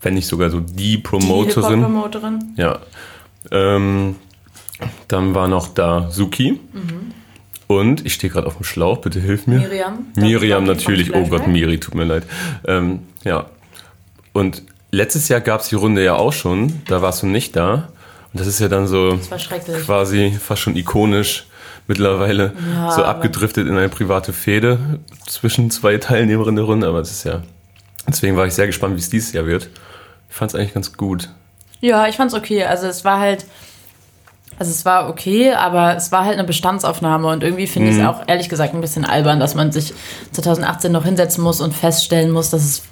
Speaker 3: wenn nicht sogar so die Promoterin.
Speaker 2: Promoterin.
Speaker 3: Ja. Ähm, dann war noch da Suki. Und ich stehe gerade auf dem Schlauch, bitte hilf mir.
Speaker 2: Miriam.
Speaker 3: Miriam
Speaker 2: Vom
Speaker 3: natürlich. Oh Gott,
Speaker 2: Flashback.
Speaker 3: Miri, tut mir leid. Ähm, ja. Und letztes Jahr gab es die Runde ja auch schon. Da warst du nicht da. Und das ist ja dann so
Speaker 2: war schrecklich.
Speaker 3: quasi fast schon ikonisch mittlerweile
Speaker 2: Ja,
Speaker 3: so
Speaker 2: aber-
Speaker 3: abgedriftet in eine private Fehde zwischen zwei Teilnehmerinnen der Runde. Aber es ist ja. Deswegen war ich sehr gespannt, wie es dieses Jahr wird. Ich fand es eigentlich ganz gut.
Speaker 2: Ja, ich fand's okay. Also es war halt, also es war okay, aber es war halt eine Bestandsaufnahme und irgendwie finde
Speaker 3: Mhm.
Speaker 2: ich es auch ehrlich gesagt ein bisschen albern, dass man sich 2018 noch hinsetzen muss und feststellen muss, dass es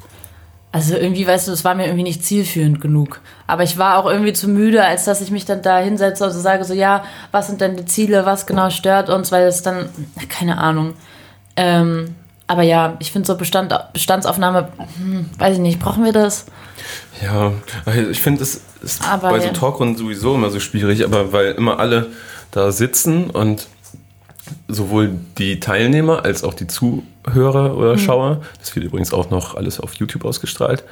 Speaker 2: also irgendwie, weißt du, das war mir irgendwie nicht zielführend genug. Aber ich war auch irgendwie zu müde, als dass ich mich dann da hinsetze und so sage, so ja, was sind denn die Ziele, was genau stört uns, weil es dann, na, keine Ahnung. Ähm, aber ja, ich finde so Bestand, Bestandsaufnahme, hm, weiß ich nicht, brauchen wir das?
Speaker 3: Ja, also ich finde, es ist
Speaker 2: Aber
Speaker 3: bei so
Speaker 2: ja.
Speaker 3: Talkrunden sowieso immer so schwierig, aber weil immer alle da sitzen und sowohl die Teilnehmer als auch die Zuhörer
Speaker 2: Mhm.
Speaker 3: oder Schauer, das wird übrigens auch noch alles
Speaker 2: Mhm.
Speaker 3: auf YouTube ausgestrahlt,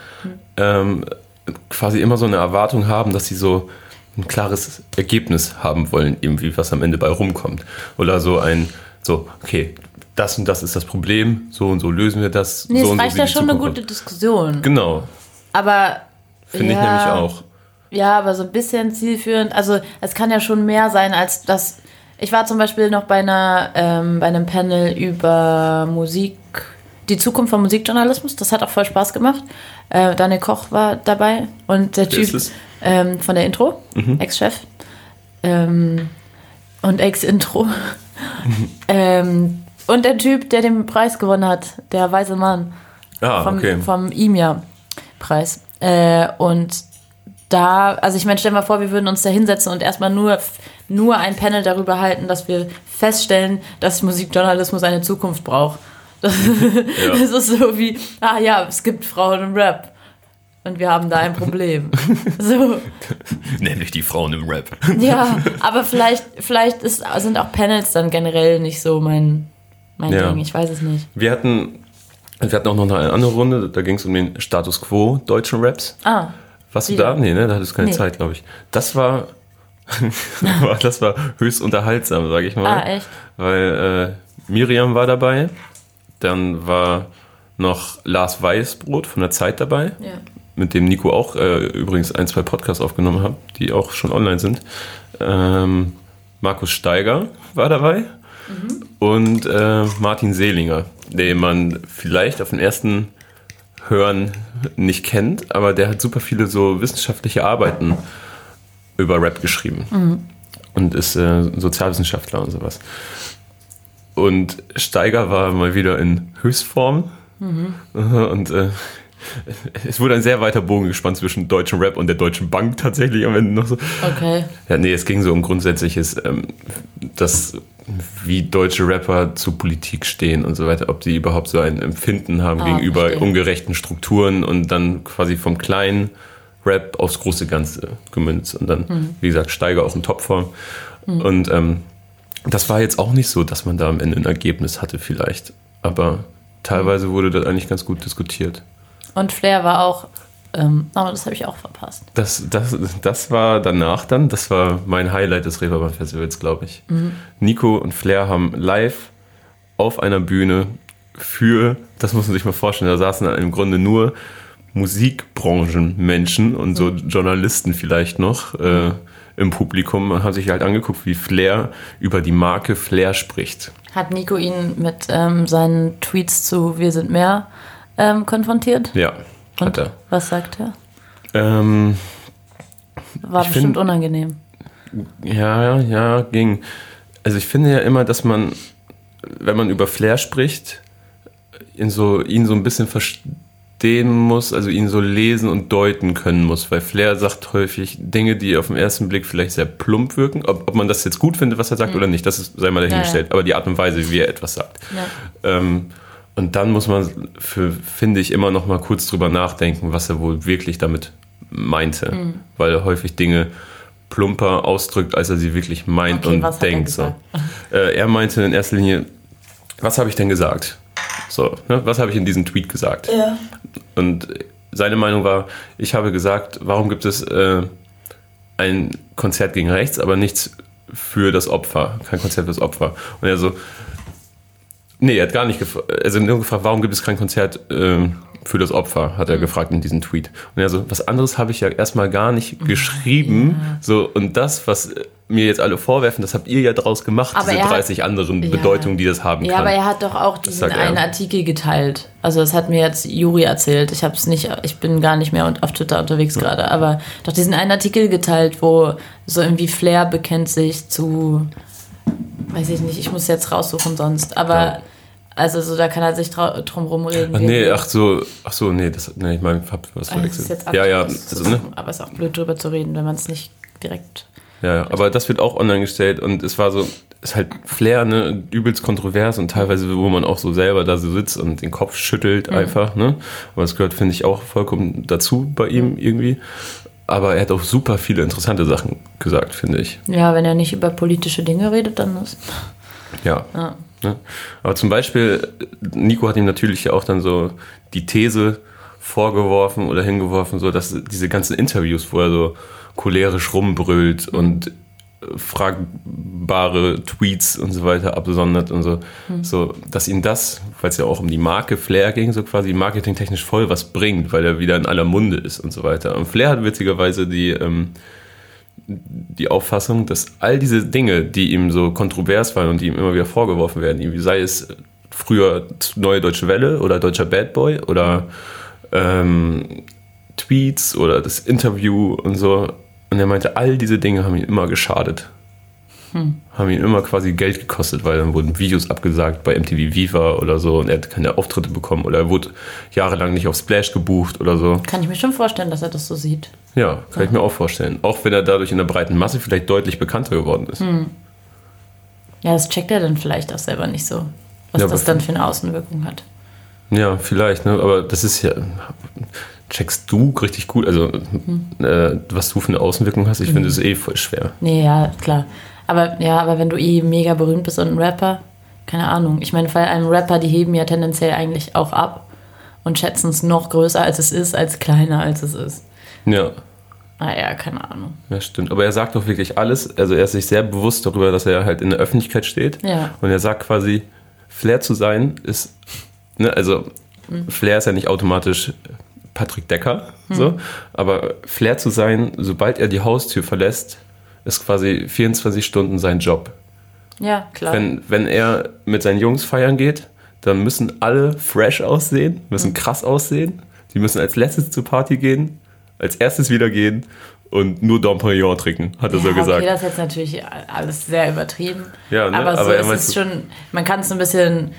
Speaker 3: ähm, quasi immer so eine Erwartung haben, dass sie so ein klares Ergebnis haben wollen, irgendwie, was am Ende bei rumkommt. Oder so ein, so, okay, das und das ist das Problem, so und so lösen wir das.
Speaker 2: Nee,
Speaker 3: so
Speaker 2: es
Speaker 3: und so
Speaker 2: reicht
Speaker 3: sieht
Speaker 2: ja
Speaker 3: die
Speaker 2: schon eine
Speaker 3: Zukunft
Speaker 2: gute Diskussion.
Speaker 3: aus. Genau,
Speaker 2: Aber
Speaker 3: finde
Speaker 2: Ja.
Speaker 3: ich nämlich auch.
Speaker 2: Ja, aber so ein bisschen zielführend. Also es kann ja schon mehr sein als das. Ich war zum Beispiel noch bei einer, ähm, bei einem Panel über Musik, die Zukunft von Musikjournalismus. Das hat auch voll Spaß gemacht. Äh, Daniel Koch war dabei und der
Speaker 3: Wer
Speaker 2: Typ
Speaker 3: ist es? Mhm.
Speaker 2: ähm, von der Intro, Ex-Chef ähm, und Ex-Intro. ähm, und der Typ, der den Preis gewonnen hat, der weiße Mann
Speaker 3: Ah,
Speaker 2: vom,
Speaker 3: okay.
Speaker 2: vom IMIA-Preis. Äh, und da, also ich meine, stell mal vor, wir würden uns da hinsetzen und erstmal nur, nur ein Panel darüber halten, dass wir feststellen, dass Musikjournalismus eine Zukunft braucht. Das, das ist so wie, ah ja, es gibt Frauen im Rap. Und wir haben da ein Problem. So,
Speaker 3: Nämlich die Frauen im Rap.
Speaker 2: ja, aber vielleicht, vielleicht ist, sind auch Panels dann generell nicht so mein, mein
Speaker 3: Ja.
Speaker 2: Ding, ich weiß es nicht.
Speaker 3: Wir hatten, wir hatten auch noch eine andere Runde, da ging es um den Status Quo deutschen Raps.
Speaker 2: Ah,
Speaker 3: Warst du
Speaker 2: wieder.
Speaker 3: da? Nee, ne? Da hattest du keine
Speaker 2: Nee.
Speaker 3: Zeit, glaube ich. Das war, das war höchst unterhaltsam, sage ich mal.
Speaker 2: Ah, echt?
Speaker 3: Weil äh, Miriam war dabei, dann war noch Lars Weißbrot von der Zeit dabei,
Speaker 2: ja.
Speaker 3: mit dem Nico auch äh, übrigens ein, zwei Podcasts aufgenommen hat, die auch schon online sind. Ähm, Markus Steiger war dabei und äh, Martin Selinger, den man vielleicht auf den ersten Hören nicht kennt, aber der hat super viele so wissenschaftliche Arbeiten über Rap geschrieben und ist äh, Sozialwissenschaftler und sowas. Und Steiger war mal wieder in Höchstform und äh, es wurde ein sehr weiter Bogen gespannt zwischen deutschem Rap und der Deutschen Bank tatsächlich am Ende noch so.
Speaker 2: Okay.
Speaker 3: Ja, nee, es ging so um Grundsätzliches, ähm, dass wie deutsche Rapper zu Politik stehen und so weiter, ob sie überhaupt so ein Empfinden haben
Speaker 2: Ah,
Speaker 3: gegenüber
Speaker 2: verstehe.
Speaker 3: ungerechten Strukturen und dann quasi vom kleinen Rap aufs große Ganze gemünzt und dann,
Speaker 2: Mhm.
Speaker 3: wie gesagt, Steiger auch in Topform. Und ähm, das war jetzt auch nicht so, dass man da am Ende ein Ergebnis hatte vielleicht, aber teilweise wurde das eigentlich ganz gut diskutiert.
Speaker 2: Und Flair war auch. Ähm, aber das habe ich auch verpasst.
Speaker 3: Das, das, das war danach dann, das war mein Highlight des Reeperbahn Festivals, glaube ich. Nico und Flair haben live auf einer Bühne für, das muss man sich mal vorstellen, da saßen dann im Grunde nur Musikbranchenmenschen und so Journalisten vielleicht noch äh, im Publikum und haben sich halt angeguckt, wie Flair über die Marke Flair spricht.
Speaker 2: Hat Nico ihn mit ähm, seinen Tweets zu Wir sind mehr ähm, konfrontiert?
Speaker 3: Ja, hat
Speaker 2: Und
Speaker 3: er.
Speaker 2: was sagt er?
Speaker 3: Ähm,
Speaker 2: War
Speaker 3: Ich
Speaker 2: bestimmt
Speaker 3: find-
Speaker 2: unangenehm.
Speaker 3: Ja, ja, ging. Also ich finde ja immer, dass man, wenn man über Flair spricht, ihn so, ihn so ein bisschen verstehen muss, also ihn so lesen und deuten können muss, weil Flair sagt häufig Dinge, die auf den ersten Blick vielleicht sehr plump wirken. Ob, ob man das jetzt gut findet, was er sagt oder nicht, das ist, sei mal dahingestellt. Aber die Art und Weise, wie er etwas sagt.
Speaker 2: Ja.
Speaker 3: Ähm, und dann muss man, für, finde ich, immer noch mal kurz drüber nachdenken, was er wohl wirklich damit meinte.
Speaker 2: Mhm.
Speaker 3: Weil er häufig Dinge plumper ausdrückt, als er sie wirklich meint
Speaker 2: Okay, was
Speaker 3: und
Speaker 2: hat er
Speaker 3: denkt. so. äh, er meinte in erster Linie, was habe ich denn gesagt? So, ne? was habe ich in diesem Tweet gesagt?
Speaker 2: Ja.
Speaker 3: Und seine Meinung war, ich habe gesagt, warum gibt es äh, ein Konzert gegen rechts, aber nichts für das Opfer, kein Konzert fürs Opfer. Und er so, nee, er hat gar nicht gefragt, also nur gefragt, warum gibt es kein Konzert ähm, für das Opfer,
Speaker 2: Mhm.
Speaker 3: hat er gefragt in diesem Tweet. Und er so, was anderes habe ich ja erstmal gar
Speaker 2: Mhm.
Speaker 3: nicht geschrieben, so, und das, was äh, mir jetzt alle vorwerfen, das habt ihr ja draus gemacht,
Speaker 2: Aber er
Speaker 3: diese
Speaker 2: hat-
Speaker 3: 30 anderen
Speaker 2: Ja.
Speaker 3: Bedeutungen, die das haben
Speaker 2: Ja,
Speaker 3: kann.
Speaker 2: aber er hat doch auch diesen
Speaker 3: sagt er.
Speaker 2: einen Artikel geteilt. Also das hat mir jetzt Juri erzählt. Ich hab's nicht, ich bin gar nicht mehr auf Twitter unterwegs gerade, aber doch diesen einen Artikel geteilt, wo so irgendwie Flair bekennt sich zu, weiß ich nicht, ich muss jetzt raussuchen sonst. Aber
Speaker 3: Ja.
Speaker 2: also so, da kann er sich trau- drum rumreden.
Speaker 3: Ach
Speaker 2: wie er
Speaker 3: nee,
Speaker 2: will.
Speaker 3: ach so, ach so, nee, das, nee, ich meine, hab was
Speaker 2: Also es ist
Speaker 3: verwechselt.
Speaker 2: jetzt
Speaker 3: Ja, ja,
Speaker 2: absurd, das
Speaker 3: also,
Speaker 2: zu
Speaker 3: ne,
Speaker 2: machen, aber es ist auch blöd drüber zu reden, wenn man es nicht direkt.
Speaker 3: ja, ja, aber das wird auch online gestellt und es war so, ist halt Flair, ne, übelst kontrovers und teilweise, wo man auch so selber da so sitzt und den Kopf schüttelt
Speaker 2: Mhm.
Speaker 3: einfach, ne, aber das gehört, finde ich, auch vollkommen dazu bei
Speaker 2: Mhm.
Speaker 3: ihm irgendwie, aber er hat auch super viele interessante Sachen gesagt, finde ich.
Speaker 2: Ja, wenn er nicht über politische Dinge redet, dann ist.
Speaker 3: Ja. Ne? Aber zum Beispiel, Nico hat ihm natürlich auch dann so die These vorgeworfen oder hingeworfen, so dass diese ganzen Interviews, wo er so cholerisch rumbrüllt und äh, fragbare Tweets und so weiter absondert und so, so dass ihm das, weil es ja auch um die Marke Flair ging, so quasi marketingtechnisch voll was bringt, weil er wieder in aller Munde ist und so weiter. Und Flair hat witzigerweise die ähm, die Auffassung, dass all diese Dinge, die ihm so kontrovers waren und die ihm immer wieder vorgeworfen werden, ihm sei es früher Neue Deutsche Welle oder Deutscher Bad Boy oder ähm, Tweets oder das Interview und so. Und er meinte, all diese Dinge haben ihm immer geschadet. Haben ihm immer quasi Geld gekostet, weil dann wurden Videos abgesagt bei MTV Viva oder so und er hat keine Auftritte bekommen oder er wurde jahrelang nicht auf Splash gebucht oder so.
Speaker 2: Kann ich mir schon vorstellen, dass er das so sieht.
Speaker 3: Ja, kann ich mir auch vorstellen. Auch wenn er dadurch in der breiten Masse vielleicht deutlich bekannter geworden ist.
Speaker 2: Ja, das checkt er dann vielleicht auch selber nicht so, was
Speaker 3: Ja,
Speaker 2: das
Speaker 3: aber-
Speaker 2: dann für eine Außenwirkung hat.
Speaker 3: Ja, vielleicht, ne? aber das ist ja. Checkst du richtig gut, also äh, was du für eine Außenwirkung hast, ich finde es eh voll schwer.
Speaker 2: Nee, ja, klar. Aber ja, aber wenn du eh mega berühmt bist und ein Rapper, keine Ahnung. Ich meine, vor allem Rapper, die heben ja tendenziell eigentlich auch ab und schätzen es noch größer, als es ist, als kleiner, als es ist.
Speaker 3: Ja,
Speaker 2: Ah ja, keine Ahnung.
Speaker 3: ja, stimmt. Aber er sagt doch wirklich alles, also er ist sich sehr bewusst darüber, dass er halt in der Öffentlichkeit steht.
Speaker 2: Ja.
Speaker 3: Und er sagt quasi, Flair zu sein ist, ne, also Flair ist ja nicht automatisch Patrick Decker, so, aber Flair zu sein, sobald er die Haustür verlässt, ist quasi 24 Stunden sein Job.
Speaker 2: Ja, klar.
Speaker 3: Wenn, wenn er mit seinen Jungs feiern geht, dann müssen alle fresh aussehen, müssen krass aussehen. Die müssen als letztes zur Party gehen, als erstes wieder gehen und nur Dompagnon trinken, hat er so
Speaker 2: ja,
Speaker 3: gesagt.
Speaker 2: Okay, das ist jetzt natürlich alles sehr übertrieben.
Speaker 3: Ja, ne?
Speaker 2: Aber so
Speaker 3: Aber er meint
Speaker 2: ist es
Speaker 3: so-
Speaker 2: schon, man kann es ein bisschen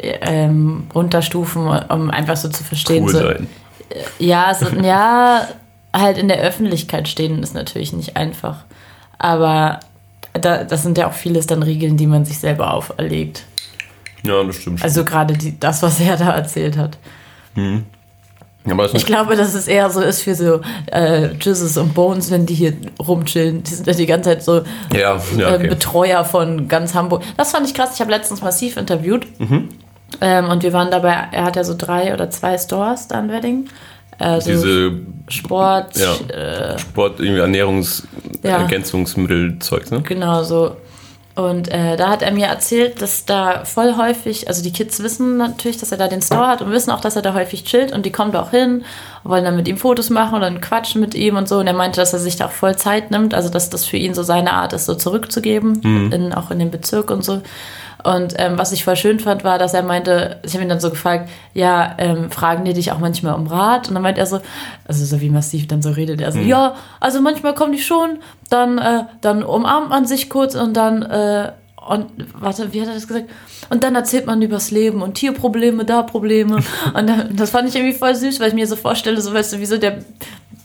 Speaker 2: ähm, runterstufen, um einfach so zu verstehen.
Speaker 3: cool
Speaker 2: so,
Speaker 3: sein.
Speaker 2: Ja, so, ja, halt in der Öffentlichkeit stehen ist natürlich nicht einfach. Aber da, das sind ja auch vieles dann Regeln, die man sich selber auferlegt.
Speaker 3: Ja, das stimmt. schon.
Speaker 2: Also gerade die, das, was er da erzählt hat.
Speaker 3: aber das
Speaker 2: Ich glaube, dass es eher so ist für so äh, Jesus und Bones, wenn die hier rumchillen. Die sind ja die ganze Zeit so
Speaker 3: ja, ja,
Speaker 2: äh,
Speaker 3: okay.
Speaker 2: Betreuer von ganz Hamburg. Das fand ich krass. Ich habe letztens massiv interviewt. Ähm, und wir waren dabei, er hat ja so drei oder zwei Stores da in Wedding. Äh, so
Speaker 3: Diese
Speaker 2: Sport,
Speaker 3: ja.
Speaker 2: äh,
Speaker 3: Sport, irgendwie Ernährungs-,
Speaker 2: Ja.
Speaker 3: Ergänzungsmittel-Zeugs, ne?
Speaker 2: genau so. Und äh, da hat er mir erzählt, dass da voll häufig, also die Kids wissen natürlich, dass er da den Store hat und wissen auch, dass er da häufig chillt und die kommen da auch hin und wollen dann mit ihm Fotos machen und dann quatschen mit ihm und so. Und er meinte, dass er sich da auch voll Zeit nimmt, also dass das für ihn so seine Art ist, so zurückzugeben,
Speaker 3: Mhm.
Speaker 2: in, auch in den Bezirk und so. Und ähm, was ich voll schön fand, war, dass er meinte, ich habe ihn dann so gefragt, ja, ähm, fragen die dich auch manchmal um Rat? Und dann meint er so, also so wie massiv dann so redet er so, ja, also manchmal kommen die schon, dann, äh, dann umarmt man sich kurz und dann, äh, und warte, wie hat er das gesagt? Und dann erzählt man übers Leben und hier Probleme, da Probleme. Und dann, das fand ich irgendwie voll süß, weil ich mir so vorstelle, so weißt du, wie so der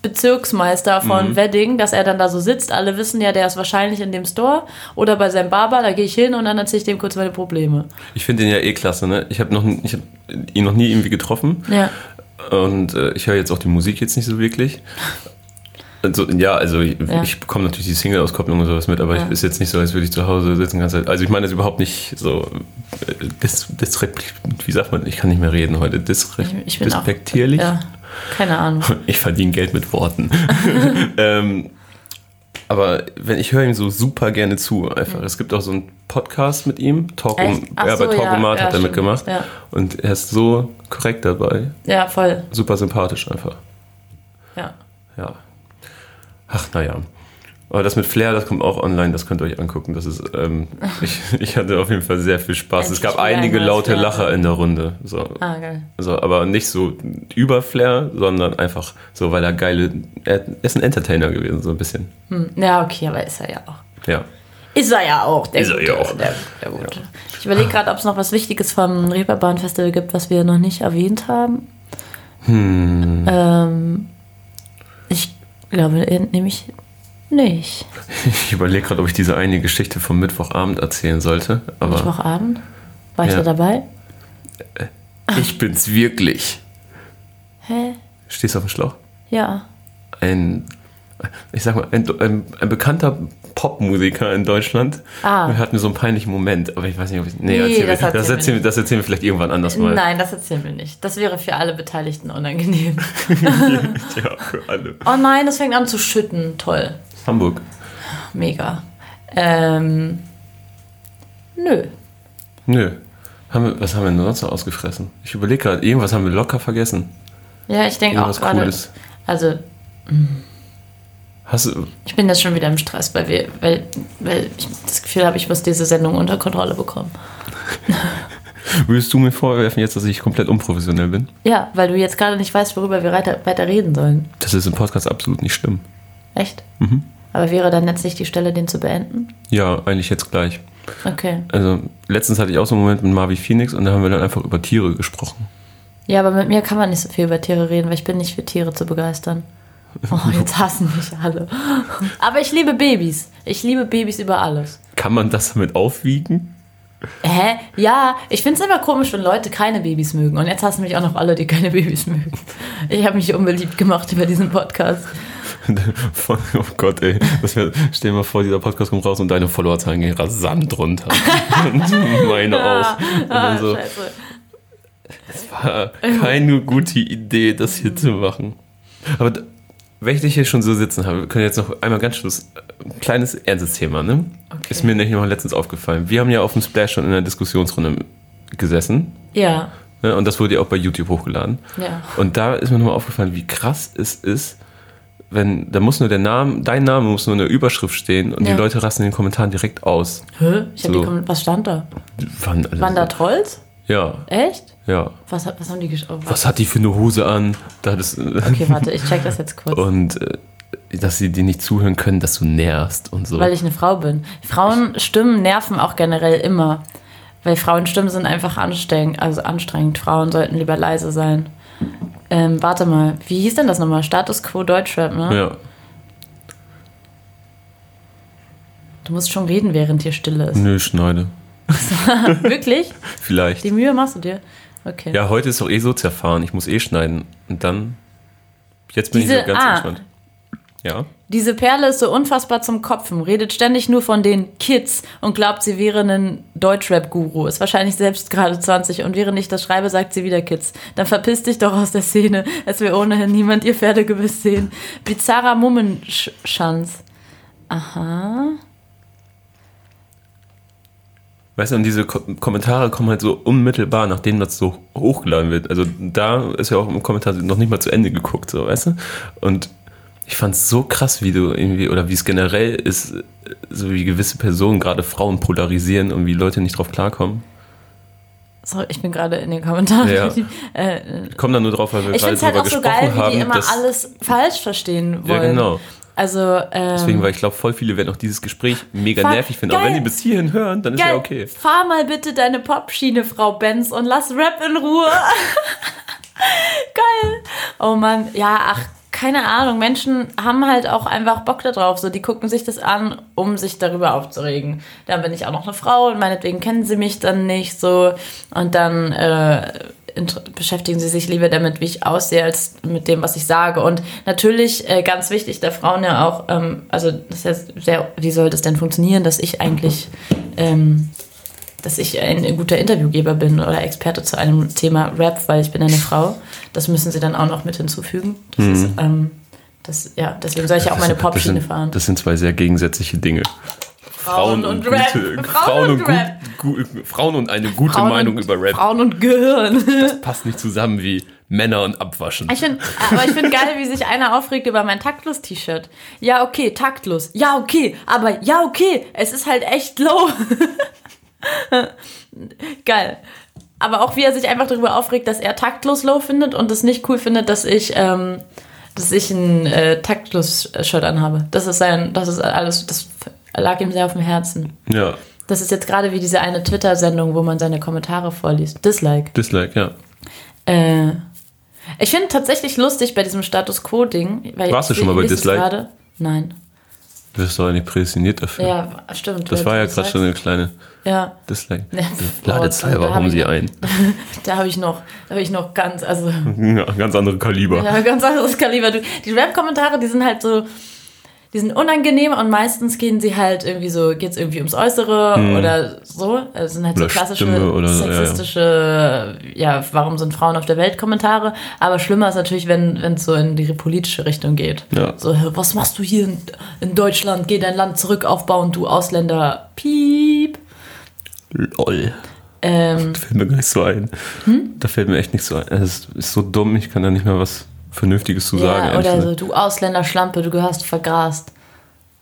Speaker 2: Bezirksmeister
Speaker 3: Mhm.
Speaker 2: von Wedding, dass er dann da so sitzt. Alle wissen ja, der ist wahrscheinlich in dem Store oder bei seinem Barber, da gehe ich hin und dann erzähle ich dem kurz meine Probleme.
Speaker 3: Ich finde ihn ja eh klasse, ne? Ich habe noch, ich hab ihn noch nie irgendwie getroffen.
Speaker 2: Ja.
Speaker 3: Und äh, ich höre jetzt auch die Musik jetzt nicht so wirklich. Also, ja, also ich,
Speaker 2: Ja.
Speaker 3: ich bekomme natürlich die Single-Auskopplung und sowas mit, aber
Speaker 2: Ja.
Speaker 3: ich ist jetzt nicht so, als würde ich zu Hause sitzen ganz Also ich meine das überhaupt nicht so äh, dis, disrespekt- wie sagt man, ich kann nicht mehr reden heute, disre,
Speaker 2: Ich- ich bin auch-
Speaker 3: despektierlich.
Speaker 2: ja. Keine Ahnung.
Speaker 3: Ich verdiene Geld mit Worten. ähm, aber wenn ich höre ihm so super gerne zu, einfach. Es gibt auch so einen Podcast mit ihm, Talk um,
Speaker 2: Mhm. Echt? Ach
Speaker 3: ja, bei
Speaker 2: so,
Speaker 3: Talkomat
Speaker 2: ja,
Speaker 3: hat
Speaker 2: ja,
Speaker 3: er
Speaker 2: stimmt,
Speaker 3: mitgemacht.
Speaker 2: ja.
Speaker 3: Und er ist so korrekt dabei,
Speaker 2: Ja, voll.
Speaker 3: super sympathisch einfach.
Speaker 2: Ja.
Speaker 3: Ja. Ach, naja. Aber das mit Flair, das kommt auch online, das könnt ihr euch angucken. Das ist, ähm, ich, ich hatte auf jeden Fall sehr viel Spaß. Es
Speaker 2: Endlich
Speaker 3: gab
Speaker 2: wieder
Speaker 3: einige
Speaker 2: einmal
Speaker 3: laute
Speaker 2: Flair.
Speaker 3: Lacher in der Runde. So.
Speaker 2: Ah, geil.
Speaker 3: So, aber nicht so über Flair, sondern einfach so, weil er geile. Er ist ein Entertainer gewesen, so ein bisschen.
Speaker 2: Hm. Ja, okay, aber ist er ja auch.
Speaker 3: Ja.
Speaker 2: Ist er ja auch. Der
Speaker 3: Ist er
Speaker 2: Gute,
Speaker 3: ja auch.
Speaker 2: Der, der Gute. Ich überlege gerade, ob es noch was Wichtiges vom Reeperbahn-Festival gibt, was wir noch nicht erwähnt haben.
Speaker 3: Hm.
Speaker 2: Ähm, ich glaube, eh, nämlich nicht.
Speaker 3: Ich überlege gerade, ob ich diese eine Geschichte vom Mittwochabend erzählen sollte, aber
Speaker 2: Mittwochabend? War ich
Speaker 3: Ja.
Speaker 2: da dabei?
Speaker 3: ich bin's wirklich.
Speaker 2: Hä?
Speaker 3: Stehst du auf dem Schlauch?
Speaker 2: Ja.
Speaker 3: Ein, ich sag mal, ein, ein, ein bekannter Popmusiker in Deutschland.
Speaker 2: Ah.
Speaker 3: Wir hatten so einen peinlichen Moment, aber ich weiß nicht, ob ich.
Speaker 2: Nee,
Speaker 3: Nee, erzähl
Speaker 2: das
Speaker 3: das,
Speaker 2: erzählen
Speaker 3: das,
Speaker 2: wir
Speaker 3: erzählen,
Speaker 2: nicht.
Speaker 3: das erzählen wir vielleicht irgendwann anders mal.
Speaker 2: Nein, das erzählen wir nicht. Das wäre für alle Beteiligten unangenehm.
Speaker 3: Ja, für alle.
Speaker 2: Oh nein, das fängt an zu schütten. Toll.
Speaker 3: Hamburg.
Speaker 2: Mega. Ähm, nö.
Speaker 3: Nö. Haben wir, was haben wir denn sonst noch ausgefressen? Ich überlege gerade, irgendwas haben wir locker vergessen.
Speaker 2: Ja, ich denke auch
Speaker 3: Irgendwas
Speaker 2: gerade.
Speaker 3: Cooles.
Speaker 2: Also,
Speaker 3: Hast du.
Speaker 2: ich bin jetzt schon wieder im Stress, weil, wir, weil, weil ich das Gefühl habe, ich muss diese Sendung unter Kontrolle bekommen.
Speaker 3: Würdest du mir vorwerfen jetzt, dass ich komplett unprofessionell bin?
Speaker 2: Ja, weil du jetzt gerade nicht weißt, worüber wir weiter, weiter reden sollen.
Speaker 3: Das ist im Podcast absolut nicht schlimm.
Speaker 2: Echt? Aber wäre dann jetzt nicht die Stelle, den zu beenden?
Speaker 3: Ja, eigentlich jetzt gleich.
Speaker 2: Okay.
Speaker 3: Also, letztens hatte ich auch so einen Moment mit Marvi Phoenix und da haben wir dann einfach über Tiere gesprochen.
Speaker 2: Ja, aber mit mir kann man nicht so viel über Tiere reden, weil ich bin nicht für Tiere zu begeistern. Oh, jetzt hassen mich alle. Aber ich liebe Babys. Ich liebe Babys über alles.
Speaker 3: Kann man das damit aufwiegen?
Speaker 2: Hä? Ja, ich find's immer komisch, wenn Leute keine Babys mögen. Und jetzt hassen mich auch noch alle, die keine Babys mögen. Ich habe mich unbeliebt gemacht über diesen Podcast.
Speaker 3: Voll- oh Gott, ey. Das wär, stell dir mal vor, dieser Podcast kommt raus und deine Followerzahlen gehen rasant runter. und meine auch. Und dann so,
Speaker 2: Ah, scheiße.
Speaker 3: war keine gute Idee, das hier zu machen. Aber d- wenn ich dich hier schon so sitzen habe, wir können jetzt noch einmal ganz Schluss. Ein kleines ernstes Thema, ne?
Speaker 2: Okay.
Speaker 3: Ist mir nämlich noch letztens aufgefallen. Wir haben ja auf dem Splash schon in einer Diskussionsrunde gesessen.
Speaker 2: Ja,
Speaker 3: Ne? Und das wurde ja auch bei YouTube hochgeladen.
Speaker 2: ja.
Speaker 3: Und da ist mir nochmal aufgefallen, wie krass es ist, wenn, da muss nur der Name, dein Name muss nur in der Überschrift stehen und
Speaker 2: Ja.
Speaker 3: die Leute rasten in den Kommentaren direkt aus.
Speaker 2: Hä? Ich hab
Speaker 3: So.
Speaker 2: die Kom Was stand da?
Speaker 3: Waren, alle
Speaker 2: Waren
Speaker 3: so-
Speaker 2: da Trolls?
Speaker 3: Ja,
Speaker 2: Echt?
Speaker 3: ja.
Speaker 2: Was, hat- was haben die geschrieben?
Speaker 3: Was hat die für eine Hose an? Da hat es,
Speaker 2: Okay, warte, ich check das jetzt kurz.
Speaker 3: und äh, dass sie dir nicht zuhören können, dass du nervst und so.
Speaker 2: Weil ich eine Frau bin. Frauenstimmen nerven auch generell immer. Weil Frauenstimmen sind einfach anstrengend. Also anstrengend. Frauen sollten lieber leise sein. Ähm, warte mal, wie hieß denn das nochmal? Status Quo Deutschrap, ne?
Speaker 3: ja,
Speaker 2: Du musst schon reden, während hier Stille ist.
Speaker 3: nö, schneide.
Speaker 2: Wirklich?
Speaker 3: Vielleicht.
Speaker 2: Die Mühe machst du dir? Okay.
Speaker 3: Mhm. Ja, heute ist doch eh so zerfahren. Ich muss eh schneiden. Und dann. Jetzt bin
Speaker 2: Diese-
Speaker 3: ich so ganz
Speaker 2: ah.
Speaker 3: entspannt. Ja.
Speaker 2: Diese Perle ist so unfassbar zum Kopfen, redet ständig nur von den Kids und glaubt, sie wäre ein Deutschrap-Guru. Ist wahrscheinlich selbst gerade 20 und während ich das schreibe, sagt sie wieder Kids. Dann verpiss dich doch aus der Szene, es will ohnehin niemand ihr Pferdegebiss sehen. Bizarrer Mummenschanz. Aha.
Speaker 3: Weißt du, und diese Ko Kommentare kommen halt so unmittelbar, nachdem das so hochgeladen wird. Also da ist ja auch im Kommentar noch nicht mal zu Ende geguckt, so, weißt du? Und ich fand's so krass, wie du irgendwie, oder wie es generell ist, äh, so wie gewisse Personen, gerade Frauen, polarisieren und wie Leute nicht drauf klarkommen.
Speaker 2: Sorry, ich bin gerade in den Kommentaren.
Speaker 3: Ja.
Speaker 2: Äh,
Speaker 3: Ich komme da nur drauf, weil wir
Speaker 2: ich
Speaker 3: gerade
Speaker 2: finde es halt
Speaker 3: drüber
Speaker 2: auch so geil,
Speaker 3: gesprochen
Speaker 2: wie
Speaker 3: haben.
Speaker 2: die immer
Speaker 3: dass,
Speaker 2: alles falsch verstehen
Speaker 3: ja,
Speaker 2: wollen.
Speaker 3: genau.
Speaker 2: Also, ähm,
Speaker 3: Deswegen, weil ich glaube, voll viele werden auch dieses Gespräch mega
Speaker 2: Fuck,
Speaker 3: nervig finden. Aber
Speaker 2: geil.
Speaker 3: wenn die bis hierhin hören, dann ist
Speaker 2: Geil.
Speaker 3: ja okay.
Speaker 2: Fahr mal bitte deine Popschiene, Frau Benz, und lass Rap in Ruhe. Geil. Oh Mann, ja, ach, keine Ahnung. Menschen haben halt auch einfach Bock da drauf. So, die gucken sich das an, um sich darüber aufzuregen. Dann bin ich auch noch eine Frau und meinetwegen kennen sie mich dann nicht so. Und dann äh, inter- beschäftigen sie sich lieber damit, wie ich aussehe, als mit dem, was ich sage. Und natürlich, äh, ganz wichtig, der Frauen ja auch, ähm, also das ist ja sehr, wie soll das denn funktionieren, dass ich eigentlich ähm, dass ich ein guter Interviewgeber bin oder Experte zu einem Thema Rap, weil ich bin eine Frau. Das müssen sie dann auch noch mit hinzufügen. Das ist, ähm, das, ja, deswegen soll ich ja auch meine
Speaker 3: Mhm. Das sind- das
Speaker 2: Popschiene
Speaker 3: sind-
Speaker 2: fahren.
Speaker 3: Das sind zwei sehr gegensätzliche Dinge. Frauen und, gute,
Speaker 2: Frauen und, Rap.
Speaker 3: gut, gut, Frauen und eine gute
Speaker 2: Frauen
Speaker 3: Meinung
Speaker 2: und,
Speaker 3: über Rap
Speaker 2: Frauen und Gehirn.
Speaker 3: passt nicht zusammen wie Männer und Abwaschen.
Speaker 2: Ich find, aber ich finde geil, wie sich einer aufregt über mein taktlos-T-Shirt. Ja, okay, taktlos. Ja, okay, aber ja, okay, es ist halt echt low. geil. Aber auch wie er sich einfach darüber aufregt, dass er taktlos low findet und es nicht cool findet, dass ich, ähm, dass ich ein äh, taktlos Shirt anhabe. Das ist sein, das ist alles, das lag ihm sehr auf dem Herzen.
Speaker 3: Ja,
Speaker 2: Das ist jetzt gerade wie diese eine Twitter-Sendung, wo man seine Kommentare vorliest. Dislike.
Speaker 3: Dislike, ja.
Speaker 2: Äh, ich finde tatsächlich lustig bei diesem Status Quo-Ding. weil
Speaker 3: Warst du
Speaker 2: ich-
Speaker 3: schon mal bei
Speaker 2: ich lese es
Speaker 3: Dislike?
Speaker 2: gerade. Nein.
Speaker 3: Du wirst doch nicht prädestiniert dafür.
Speaker 2: Ja, stimmt.
Speaker 3: Das
Speaker 2: weil
Speaker 3: war
Speaker 2: du
Speaker 3: ja gerade
Speaker 2: sagst.
Speaker 3: schon eine kleine
Speaker 2: Ja,
Speaker 3: Dislike.
Speaker 2: Ja,
Speaker 3: Ladezahl,
Speaker 2: da hab
Speaker 3: warum
Speaker 2: ich-
Speaker 3: sie ein?
Speaker 2: da habe ich noch, da habe ich noch ganz, also
Speaker 3: Ja, ganz andere Kaliber.
Speaker 2: ja, ganz anderes Kaliber. Du, die Rap-Kommentare, die sind halt so, die sind unangenehm und meistens gehen sie halt irgendwie so, geht's irgendwie ums Äußere oder so. Also sind halt
Speaker 3: Hm. Oder
Speaker 2: so klassische
Speaker 3: Stimme oder so, ja, ja.
Speaker 2: sexistische, ja, warum sind Frauen auf der Welt Kommentare. Aber schlimmer ist natürlich, wenn es so in die politische Richtung geht.
Speaker 3: Ja.
Speaker 2: So, "Hä, was machst du hier in, in Deutschland? Geh dein Land zurück aufbauen, du Ausländer. Piep.
Speaker 3: Lol.
Speaker 2: Ähm,
Speaker 3: Fällt mir gar nicht so ein.
Speaker 2: Hm?
Speaker 3: Da fällt mir echt nichts so ein. Es ist so dumm, ich kann da nicht mehr was Vernünftiges zu sagen.
Speaker 2: ja,
Speaker 3: ehrlich
Speaker 2: oder so,
Speaker 3: gesagt.
Speaker 2: du Ausländer Schlampe, du gehörst vergrast.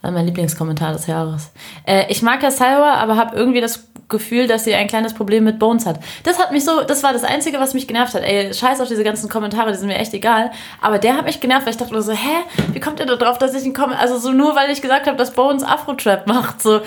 Speaker 2: Das war mein Lieblingskommentar des Jahres. Äh, ich mag Kasawa, aber habe irgendwie das Gefühl, dass sie ein kleines Problem mit Bones hat. Das hat mich so, das war das Einzige, was mich genervt hat. Ey, scheiß auf diese ganzen Kommentare, die sind mir echt egal. Aber der hat mich genervt, weil ich dachte nur so, hä, wie kommt ihr da drauf, dass ich einen Kommentar, also so nur, weil ich gesagt habe, dass Bones Afro-Trap macht. So, Äh,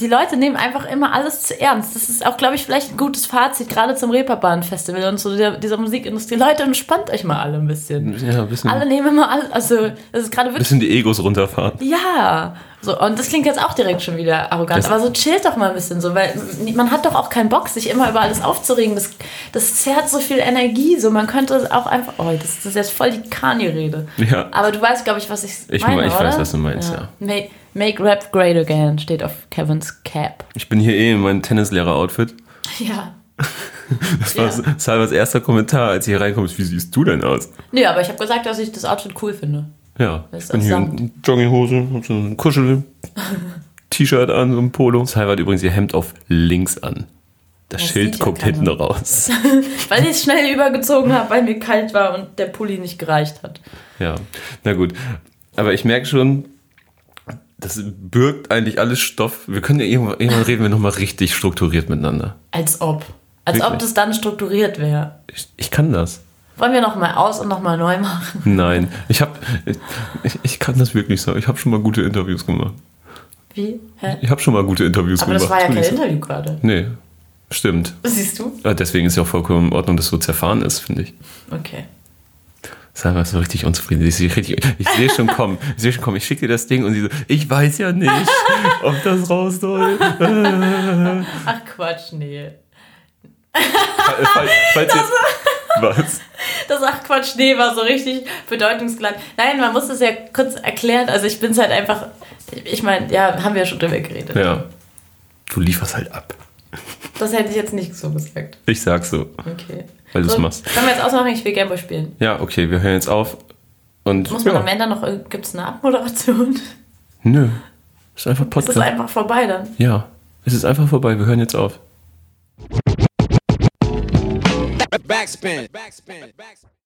Speaker 2: die Leute nehmen einfach immer alles zu ernst. Das ist auch, glaube ich, vielleicht ein gutes Fazit, gerade zum Reeperbahn-Festival und zu dieser, dieser Musikindustrie. Leute, entspannt euch mal alle ein bisschen
Speaker 3: ja, ein bisschen,
Speaker 2: alle nehmen immer alle, also das ist gerade wirklich,
Speaker 3: bisschen die Egos runterfahren.
Speaker 2: ja. So, und das klingt jetzt auch direkt schon wieder arrogant,
Speaker 3: Das-
Speaker 2: aber so chillt doch mal ein bisschen so, weil man hat doch auch keinen Bock, sich immer über alles aufzuregen. Das, das zerrt so viel Energie, so man könnte auch einfach, oh, das, das ist jetzt voll die Kanye-Rede.
Speaker 3: Ja.
Speaker 2: Aber du weißt, glaube ich, was ich
Speaker 3: Ich
Speaker 2: meine,
Speaker 3: mein, ich
Speaker 2: oder?
Speaker 3: weiß, was du meinst, ja.
Speaker 2: Make, make Rap Great Again steht auf Kevins Cap.
Speaker 3: Ich bin hier eh in meinem Tennislehrer-Outfit.
Speaker 2: Ja.
Speaker 3: Das war
Speaker 2: Ja.
Speaker 3: Salvas erster Kommentar, als ich hier reinkommst. Wie siehst du denn aus?
Speaker 2: Nee, aber ich habe gesagt, dass ich das Outfit cool finde.
Speaker 3: Ja,
Speaker 2: Das
Speaker 3: ich
Speaker 2: ist
Speaker 3: bin hier
Speaker 2: samt.
Speaker 3: in Jogginghose, hab so ein Kuschel, T-Shirt an, so ein Polo. Salva hat übrigens ihr Hemd auf links an.
Speaker 2: Das
Speaker 3: Das, Schild
Speaker 2: sieht ja
Speaker 3: guckt
Speaker 2: keiner.
Speaker 3: hinten raus.
Speaker 2: Weil ich es schnell übergezogen habe, weil mir kalt war und der Pulli nicht gereicht hat.
Speaker 3: Ja, na gut. Aber ich merke schon, das birgt eigentlich alles Stoff. Wir können ja irgendwann, irgendwann reden wir nochmal richtig strukturiert miteinander.
Speaker 2: Als ob. Als
Speaker 3: Wirklich?
Speaker 2: ob das dann strukturiert wäre.
Speaker 3: Ich, ich kann das.
Speaker 2: Wollen wir nochmal aus und nochmal neu machen?
Speaker 3: Nein, ich habe, ich, ich kann das wirklich so. Ich habe schon mal gute Interviews gemacht.
Speaker 2: Wie? Hä?
Speaker 3: Ich habe schon mal gute Interviews
Speaker 2: Aber das
Speaker 3: gemacht.
Speaker 2: war ja
Speaker 3: Tu
Speaker 2: kein
Speaker 3: nicht so.
Speaker 2: Interview gerade.
Speaker 3: Nee, stimmt.
Speaker 2: Siehst du?
Speaker 3: Ja, Deswegen ist ja auch vollkommen in Ordnung, dass so zerfahren ist, finde ich.
Speaker 2: Okay.
Speaker 3: Sag mal, so richtig unzufrieden. Ich, sehe richtig, ich sehe schon kommen. Ich sehe schon kommen. Ich schicke dir das Ding und sie so, ich weiß ja nicht, ob das raus soll.
Speaker 2: Ach Quatsch, nee.
Speaker 3: Fall- fall- Falls jetzt, was?
Speaker 2: Das Ach Quatsch, nee war so richtig bedeutungsgleich. Nein, man muss es ja kurz erklären. Also ich bin es halt einfach. Ich meine, ja, haben wir ja schon drüber geredet.
Speaker 3: Ja. Du lieferst halt ab.
Speaker 2: Das hätte ich jetzt nicht so gesagt.
Speaker 3: Ich sag so.
Speaker 2: Okay.
Speaker 3: Weil du's
Speaker 2: so,
Speaker 3: machst.
Speaker 2: Können wir jetzt ausmachen, ich will Gameboy spielen.
Speaker 3: Ja, okay, wir hören jetzt auf. Und
Speaker 2: Muss man am
Speaker 3: ja.
Speaker 2: Ende noch. Gibt es eine Abmoderation?
Speaker 3: Nö. Ist einfach
Speaker 2: Das ist
Speaker 3: Podcast.
Speaker 2: einfach vorbei dann.
Speaker 3: Ja. Es ist einfach vorbei. Wir hören jetzt auf.
Speaker 5: Backspin. Backspin. Backspin.